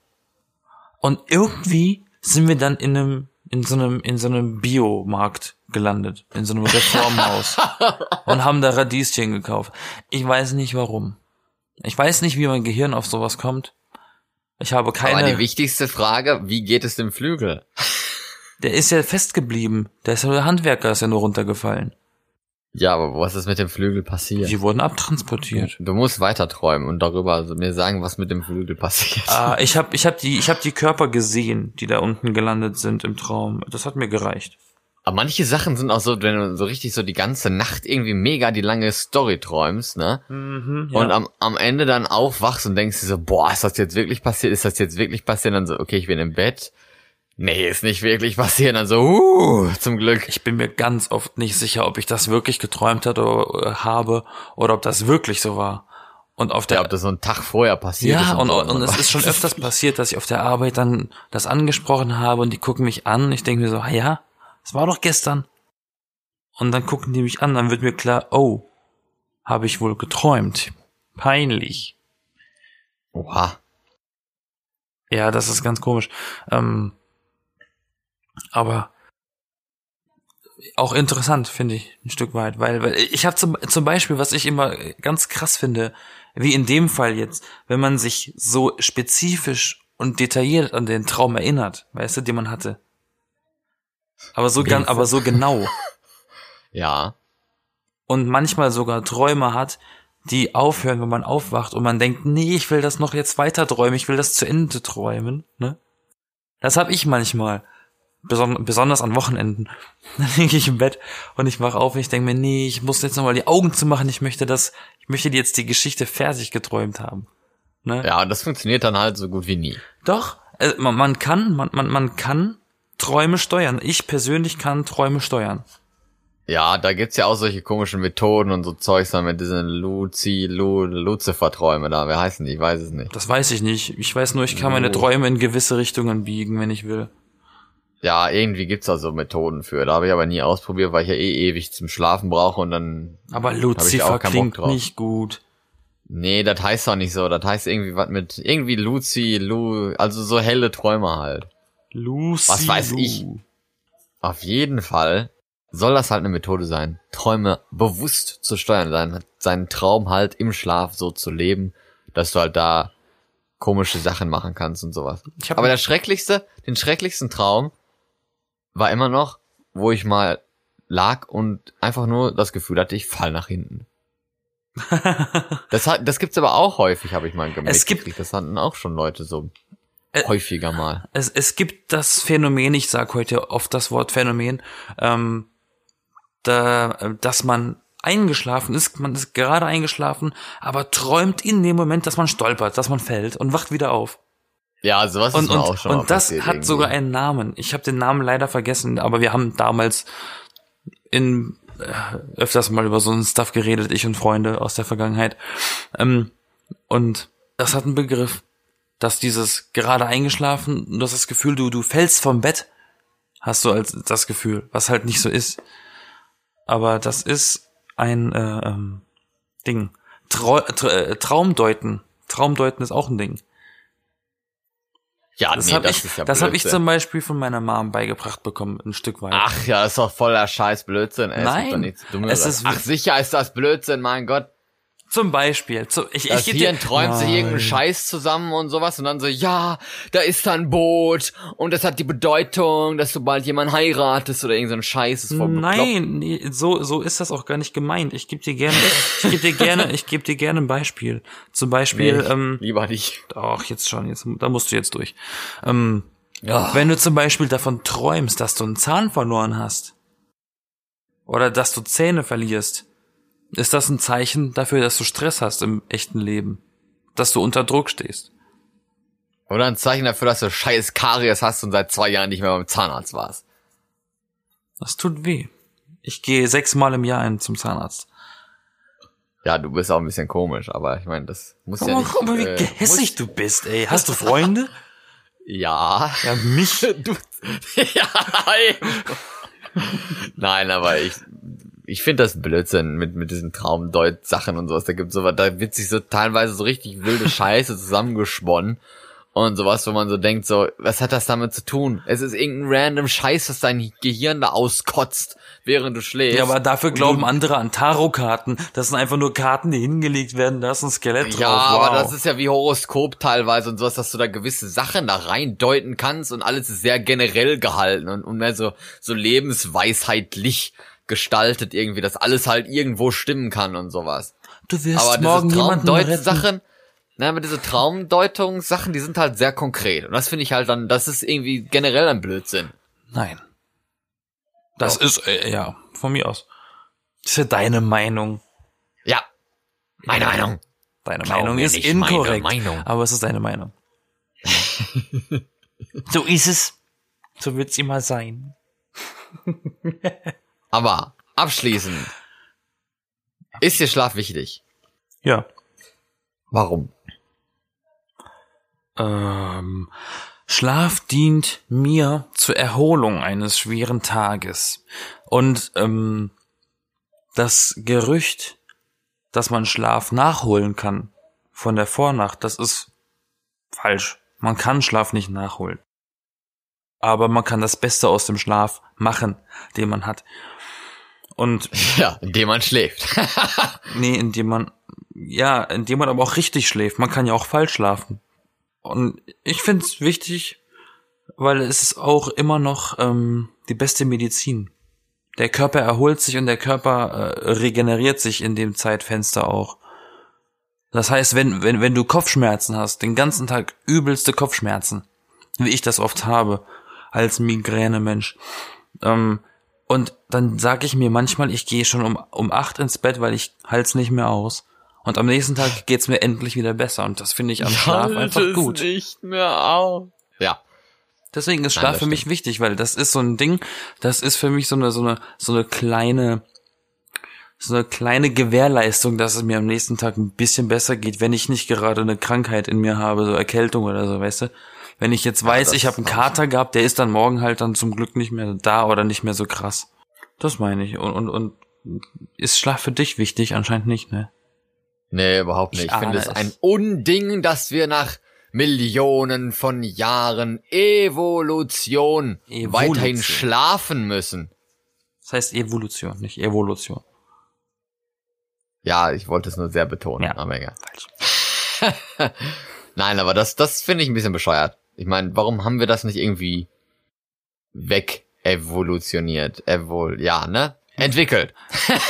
Speaker 1: Und irgendwie sind wir dann in einem, in so einem, in so einem Biomarkt gelandet, in so einem Reformhaus und haben da Radieschen gekauft. Ich weiß nicht warum. Ich weiß nicht, wie mein Gehirn auf sowas kommt. Ich habe keine.
Speaker 2: Aber die wichtigste Frage, wie geht es dem Flügel?
Speaker 1: der ist ja festgeblieben. Der, ist, ja- der Handwerker ist ja nur runtergefallen.
Speaker 2: Ja, aber was ist mit dem Flügel passiert?
Speaker 1: Die wurden abtransportiert.
Speaker 2: Du musst weiter träumen und darüber mir sagen, was mit dem Flügel passiert.
Speaker 1: Ah, ich habe ich hab die, ich hab die Körper gesehen, die da unten gelandet sind im Traum. Das hat mir gereicht.
Speaker 2: Aber manche Sachen sind auch so, wenn du so richtig so die ganze Nacht irgendwie mega die lange Story träumst, ne?
Speaker 1: Mhm.
Speaker 2: Und am, am Ende dann aufwachst und denkst dir so, boah, ist das jetzt wirklich passiert? Ist das jetzt wirklich passiert? Dann so, okay, ich bin im Bett. Nee, ist nicht wirklich passiert. Dann so, uh, zum Glück.
Speaker 1: Ich bin mir ganz oft nicht sicher, ob ich das wirklich geträumt hat oder, äh, habe oder ob das wirklich so war. Und auf der
Speaker 2: Ja, ob das so einen Tag vorher passiert ist.
Speaker 1: Ja, und, und,
Speaker 2: so.
Speaker 1: es ist schon öfters passiert, dass ich auf der Arbeit dann das angesprochen habe und die gucken mich an. Ich denke mir so, "Ah ja, das war doch gestern. Und dann gucken die mich an, dann wird mir klar, oh, habe ich wohl geträumt. Peinlich.
Speaker 2: Oha.
Speaker 1: Ja, das ist ganz komisch. Ähm, aber auch interessant, finde ich, ein Stück weit, weil, weil ich habe zum, zum Beispiel, was ich immer ganz krass finde, wie in dem Fall jetzt, wenn man sich so spezifisch und detailliert an den Traum erinnert, weißt du, den man hatte. Aber so, gan, aber so genau.
Speaker 2: Ja.
Speaker 1: Und manchmal sogar Träume hat, die aufhören, wenn man aufwacht und man denkt, nee, ich will das noch jetzt weiter träumen, ich will das zu Ende träumen. Ne? Das habe ich manchmal. Beson besonders an Wochenenden. Dann liege ich im Bett und ich wach auf und ich denke mir, nee, ich muss jetzt nochmal die Augen zumachen, ich möchte das, ich möchte jetzt die Geschichte fertig geträumt haben. Ne?
Speaker 2: Ja, und das funktioniert dann halt so gut wie nie.
Speaker 1: Doch, äh, man, man kann, man, man, man kann Träume steuern. Ich persönlich kann Träume steuern.
Speaker 2: Ja, da gibt's ja auch solche komischen Methoden und so Zeugs dann mit diesen Luzi, Lu, Lucifer-Träume da. Wer heißen die? Ich weiß es nicht.
Speaker 1: Das weiß ich nicht. Ich weiß nur, ich kann meine
Speaker 2: Oh.
Speaker 1: Träume in gewisse Richtungen biegen, wenn ich will.
Speaker 2: Ja, irgendwie gibt's da so Methoden für. Da habe ich aber nie ausprobiert, weil ich ja eh ewig zum Schlafen brauche und dann.
Speaker 1: Aber
Speaker 2: Hab ich
Speaker 1: Lucifer
Speaker 2: auch keinen
Speaker 1: klingt
Speaker 2: Bock drauf.
Speaker 1: nicht gut.
Speaker 2: Nee, das heißt doch nicht so. Das heißt irgendwie was mit irgendwie Luzi, Lu, also so helle Träume halt.
Speaker 1: Lucy.
Speaker 2: Was weiß
Speaker 1: Lu.
Speaker 2: ich? Auf jeden Fall soll das halt eine Methode sein, Träume bewusst zu steuern, seinen, seinen Traum halt im Schlaf so zu leben, dass du halt da komische Sachen machen kannst und sowas.
Speaker 1: Ich hab-
Speaker 2: Aber der schrecklichste, den schrecklichsten Traum war immer noch, wo ich mal lag und einfach nur das Gefühl hatte, ich fall nach hinten. das hat, das gibt's aber auch häufig, habe ich mal gemerkt.
Speaker 1: Es gibt- Äh,
Speaker 2: das hatten auch schon Leute so
Speaker 1: Ä-
Speaker 2: häufiger mal.
Speaker 1: Es, es gibt das Phänomen, ich sage heute oft das Wort Phänomen, ähm, da, äh, dass man eingeschlafen ist, man ist gerade eingeschlafen, aber träumt in dem Moment, dass man stolpert, dass man fällt und wacht wieder auf.
Speaker 2: Ja, sowas
Speaker 1: Und,
Speaker 2: ist mir
Speaker 1: und,
Speaker 2: auch schon mal
Speaker 1: und das hat
Speaker 2: passiert irgendwie.
Speaker 1: sogar einen Namen. Ich habe den Namen leider vergessen, aber wir haben damals in äh, öfters mal über so einen Stuff geredet, ich und Freunde aus der Vergangenheit. Ähm, und das hat einen Begriff, dass dieses gerade eingeschlafen, du hast das Gefühl, du, du fällst vom Bett, hast du als das Gefühl, was halt nicht so ist. Aber das ist ein äh, ähm, Ding. Trau tra äh, Traumdeuten. Traumdeuten ist auch ein Ding.
Speaker 2: Ja,
Speaker 1: Das
Speaker 2: Ah, nee,
Speaker 1: habe
Speaker 2: das
Speaker 1: ich,
Speaker 2: ist ja
Speaker 1: das hab ich
Speaker 2: Blödsinn.
Speaker 1: zum Beispiel von meiner Mom beigebracht bekommen, ein Stück weit.
Speaker 2: Ach ja, ist doch voller Scheiß Blödsinn. Ey. Es
Speaker 1: Nein,
Speaker 2: gibt doch nichts Dummeres.
Speaker 1: es ist-
Speaker 2: Ach sicher ist das Blödsinn, mein Gott.
Speaker 1: Zum Beispiel. Zu, ich,
Speaker 2: Das
Speaker 1: ich geb
Speaker 2: Hirn
Speaker 1: dir-
Speaker 2: träumt sich
Speaker 1: Nein.
Speaker 2: irgendeinen Scheiß zusammen und sowas und dann so, ja, da ist da ein Boot und das hat die Bedeutung, dass du bald jemanden heiratest oder irgendeinen Scheiß. Ist voll bekloppt.
Speaker 1: Nein, nee, so so ist das auch gar nicht gemeint. Ich gebe dir gerne, ich gebe dir gerne, ich gebe dir gerne ein Beispiel. Zum Beispiel,
Speaker 2: Nee,
Speaker 1: ähm,
Speaker 2: lieber nicht.
Speaker 1: ach jetzt schon, jetzt da musst du jetzt durch. Ähm,
Speaker 2: Ja.
Speaker 1: Wenn du zum Beispiel davon träumst, dass du einen Zahn verloren hast oder dass du Zähne verlierst, ist das ein Zeichen dafür, dass du Stress hast im echten Leben, dass du unter Druck stehst.
Speaker 2: Oder ein Zeichen dafür, dass du Scheiß Karies hast und seit zwei Jahren nicht mehr beim Zahnarzt warst.
Speaker 1: Das tut weh. Ich gehe sechsmal im Jahr hin zum Zahnarzt.
Speaker 2: Ja, du bist auch ein bisschen komisch, aber ich meine, das muss ja
Speaker 1: Oh,
Speaker 2: nicht.
Speaker 1: guck mal, wie
Speaker 2: äh,
Speaker 1: gehässig du bist, ey. Hast du Freunde?
Speaker 2: muss- Ja.
Speaker 1: ja, mich.
Speaker 2: Du, ja, eben. Nein, aber ich, ich finde das Blödsinn mit, mit diesen Traumdeut-Sachen und sowas. Da gibt's sowas, da wird sich so teilweise so richtig wilde Scheiße zusammengesponnen und sowas, wo man so denkt, so, was hat das damit zu tun? Es ist irgendein random Scheiß, was dein Gehirn da auskotzt, während du schläfst.
Speaker 1: Ja, aber dafür
Speaker 2: Und
Speaker 1: glauben
Speaker 2: du-
Speaker 1: andere an Tarotkarten. Das sind einfach nur Karten, die hingelegt werden, da ist ein Skelett
Speaker 2: Ja,
Speaker 1: drauf. Wow.
Speaker 2: aber das ist ja wie Horoskop teilweise und sowas, dass du da gewisse Sachen da reindeuten kannst und alles ist sehr generell gehalten und, und mehr so, so lebensweisheitlich gestaltet irgendwie, dass alles halt irgendwo stimmen kann und sowas.
Speaker 1: du wirst
Speaker 2: Aber
Speaker 1: morgen
Speaker 2: diese
Speaker 1: jemanden retten.
Speaker 2: Traumdeutsachen, na, aber diese Traumdeutungssachen, die sind halt sehr konkret und das finde ich halt dann, das ist irgendwie generell ein Blödsinn.
Speaker 1: Nein. Das ist, äh, ja, von mir aus. Das ist ja deine Meinung.
Speaker 2: Ja, meine Meinung.
Speaker 1: Deine
Speaker 2: Glaub
Speaker 1: Meinung
Speaker 2: mir
Speaker 1: ist
Speaker 2: nicht meine
Speaker 1: inkorrekt.
Speaker 2: Meinung.
Speaker 1: Aber es ist deine Meinung. so ist es. So wird's immer sein.
Speaker 2: Aber abschließend ist dir Schlaf wichtig.
Speaker 1: Ja.
Speaker 2: Warum?
Speaker 1: Ähm, Schlaf dient mir zur Erholung eines schweren Tages. Und ähm, das Gerücht, dass man Schlaf nachholen kann von der Vornacht, das ist falsch. Man kann Schlaf nicht nachholen. Aber man kann das Beste aus dem Schlaf machen, den man hat. Und
Speaker 2: Ja, indem man schläft.
Speaker 1: Nee, indem man, ja, indem man aber auch richtig schläft. Man kann ja auch falsch schlafen. Und ich find's wichtig, weil es ist auch immer noch ähm, die beste Medizin. Der Körper erholt sich und der Körper äh, regeneriert sich in dem Zeitfenster auch. Das heißt, wenn, wenn, wenn du Kopfschmerzen hast, den ganzen Tag übelste Kopfschmerzen, wie ich das oft habe, als Migränemensch, ähm, und dann sage ich mir manchmal, ich gehe schon um, um acht ins Bett, weil ich halt's nicht mehr aus. Und am nächsten Tag geht's mir endlich wieder besser. Und das finde ich am Schlaf einfach gut.
Speaker 2: nicht mehr auf. Ja,
Speaker 1: Deswegen ist
Speaker 2: Nein,
Speaker 1: Schlaf
Speaker 2: das
Speaker 1: für mich wichtig, weil das ist so ein Ding, das ist für mich so eine, so eine, so eine kleine, so eine kleine Gewährleistung, dass es mir am nächsten Tag ein bisschen besser geht, wenn ich nicht gerade eine Krankheit in mir habe, so Erkältung oder so, weißt du? Wenn ich jetzt weiß,
Speaker 2: das
Speaker 1: ich habe einen
Speaker 2: ist
Speaker 1: Kater gehabt, der ist dann morgen halt dann zum Glück nicht mehr da oder nicht mehr so krass. Das meine ich. Und, und, und ist Schlaf für dich wichtig? Anscheinend nicht, ne?
Speaker 2: nee, überhaupt nicht.
Speaker 1: Ich
Speaker 2: Ich
Speaker 1: ahne
Speaker 2: finde es
Speaker 1: es.
Speaker 2: ein Unding, dass wir nach Millionen von Jahren Evolution,
Speaker 1: Evolution.
Speaker 2: weiterhin schlafen müssen.
Speaker 1: Das heißt Evolution, nicht Evolution.
Speaker 2: Ja, ich wollte es nur sehr betonen,
Speaker 1: Ja.
Speaker 2: aber egal.
Speaker 1: Falsch.
Speaker 2: Nein, aber das, das finde ich ein bisschen bescheuert. Ich meine, warum haben wir das nicht irgendwie weg evolutioniert? Evol ja, ne? Entwickelt.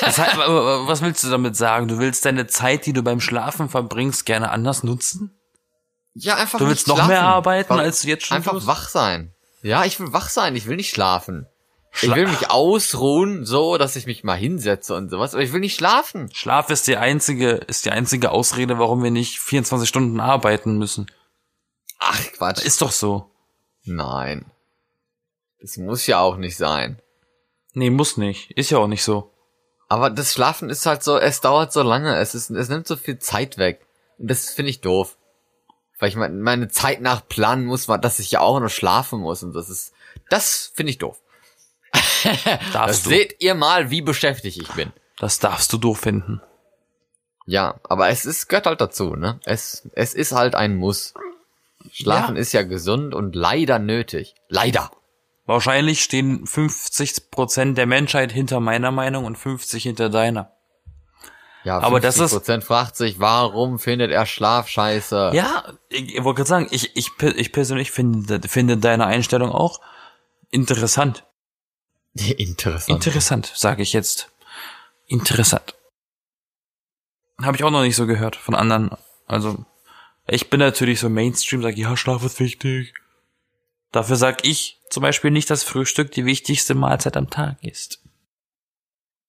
Speaker 1: Das heißt, aber- aber was willst du damit sagen? Du willst deine Zeit, die du beim Schlafen verbringst, gerne anders nutzen?
Speaker 2: Ja, einfach
Speaker 1: Du
Speaker 2: nicht
Speaker 1: willst noch
Speaker 2: schlafen.
Speaker 1: mehr arbeiten,
Speaker 2: Warum-
Speaker 1: als du jetzt schon
Speaker 2: Einfach
Speaker 1: tust?
Speaker 2: wach sein. Ja, ich will wach sein, ich will nicht schlafen. ich will mich ausruhen, so, dass ich mich mal hinsetze und sowas, aber ich will nicht schlafen.
Speaker 1: Schlaf ist die einzige, ist die einzige Ausrede, warum wir nicht 24 Stunden arbeiten müssen.
Speaker 2: Ach, Quatsch.
Speaker 1: Ist doch so.
Speaker 2: Nein. Das muss ja auch nicht sein.
Speaker 1: Nee, muss nicht. Ist ja auch nicht so.
Speaker 2: Aber das Schlafen ist halt so, es dauert so lange, es ist, es nimmt so viel Zeit weg. Und das finde ich doof. Weil ich meine, meine Zeit nach planen muss, war, dass ich ja auch noch schlafen muss und das ist, das finde ich doof.
Speaker 1: Darfst
Speaker 2: Das
Speaker 1: du.
Speaker 2: seht ihr mal, wie beschäftigt ich bin.
Speaker 1: Das darfst du doof finden.
Speaker 2: Ja, aber es ist, gehört halt dazu, ne? Es, es ist halt ein Muss. Schlafen ist ja gesund und leider nötig. Leider.
Speaker 1: Wahrscheinlich stehen 50% der Menschheit hinter meiner Meinung und 50 hinter deiner.
Speaker 2: Ja,
Speaker 1: Aber das ist-
Speaker 2: Prozent fragt sich, warum findet er Schlaf scheiße?
Speaker 1: Ja, ich, ich wollte gerade sagen, ich, ich, pe- ich persönlich finde, finde deine Einstellung auch interessant.
Speaker 2: Interessant.
Speaker 1: Interessant, sage ich jetzt. Interessant. Habe ich auch noch nicht so gehört von anderen. Also, ich bin natürlich so Mainstream, sage, ja, Schlaf ist wichtig. Dafür sag ich zum Beispiel nicht, dass Frühstück die wichtigste Mahlzeit am Tag ist.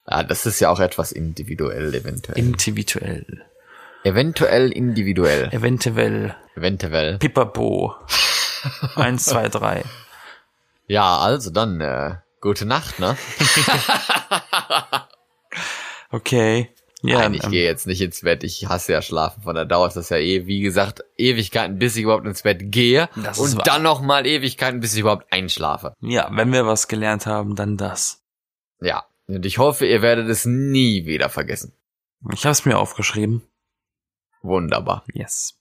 Speaker 2: ja, das ist ja auch etwas individuell eventuell.
Speaker 1: Individuell.
Speaker 2: Eventuell individuell.
Speaker 1: Eventuell.
Speaker 2: Eventuell.
Speaker 1: Pipapo. Eins, zwei, drei.
Speaker 2: Ja, also dann, äh, gute Nacht, ne?
Speaker 1: Okay. Ja,
Speaker 2: Nein, ich
Speaker 1: ähm,
Speaker 2: gehe jetzt nicht ins Bett. Ich hasse ja Schlafen, von da dauert das ja eh, wie gesagt, Ewigkeiten, bis ich überhaupt ins Bett gehe.
Speaker 1: Das ist
Speaker 2: und
Speaker 1: wahr.
Speaker 2: dann nochmal Ewigkeiten, bis ich überhaupt einschlafe.
Speaker 1: ja, wenn wir was gelernt haben, dann das.
Speaker 2: Ja. Und ich hoffe, ihr werdet es nie wieder vergessen.
Speaker 1: Ich habe es mir aufgeschrieben.
Speaker 2: Wunderbar.
Speaker 1: Yes.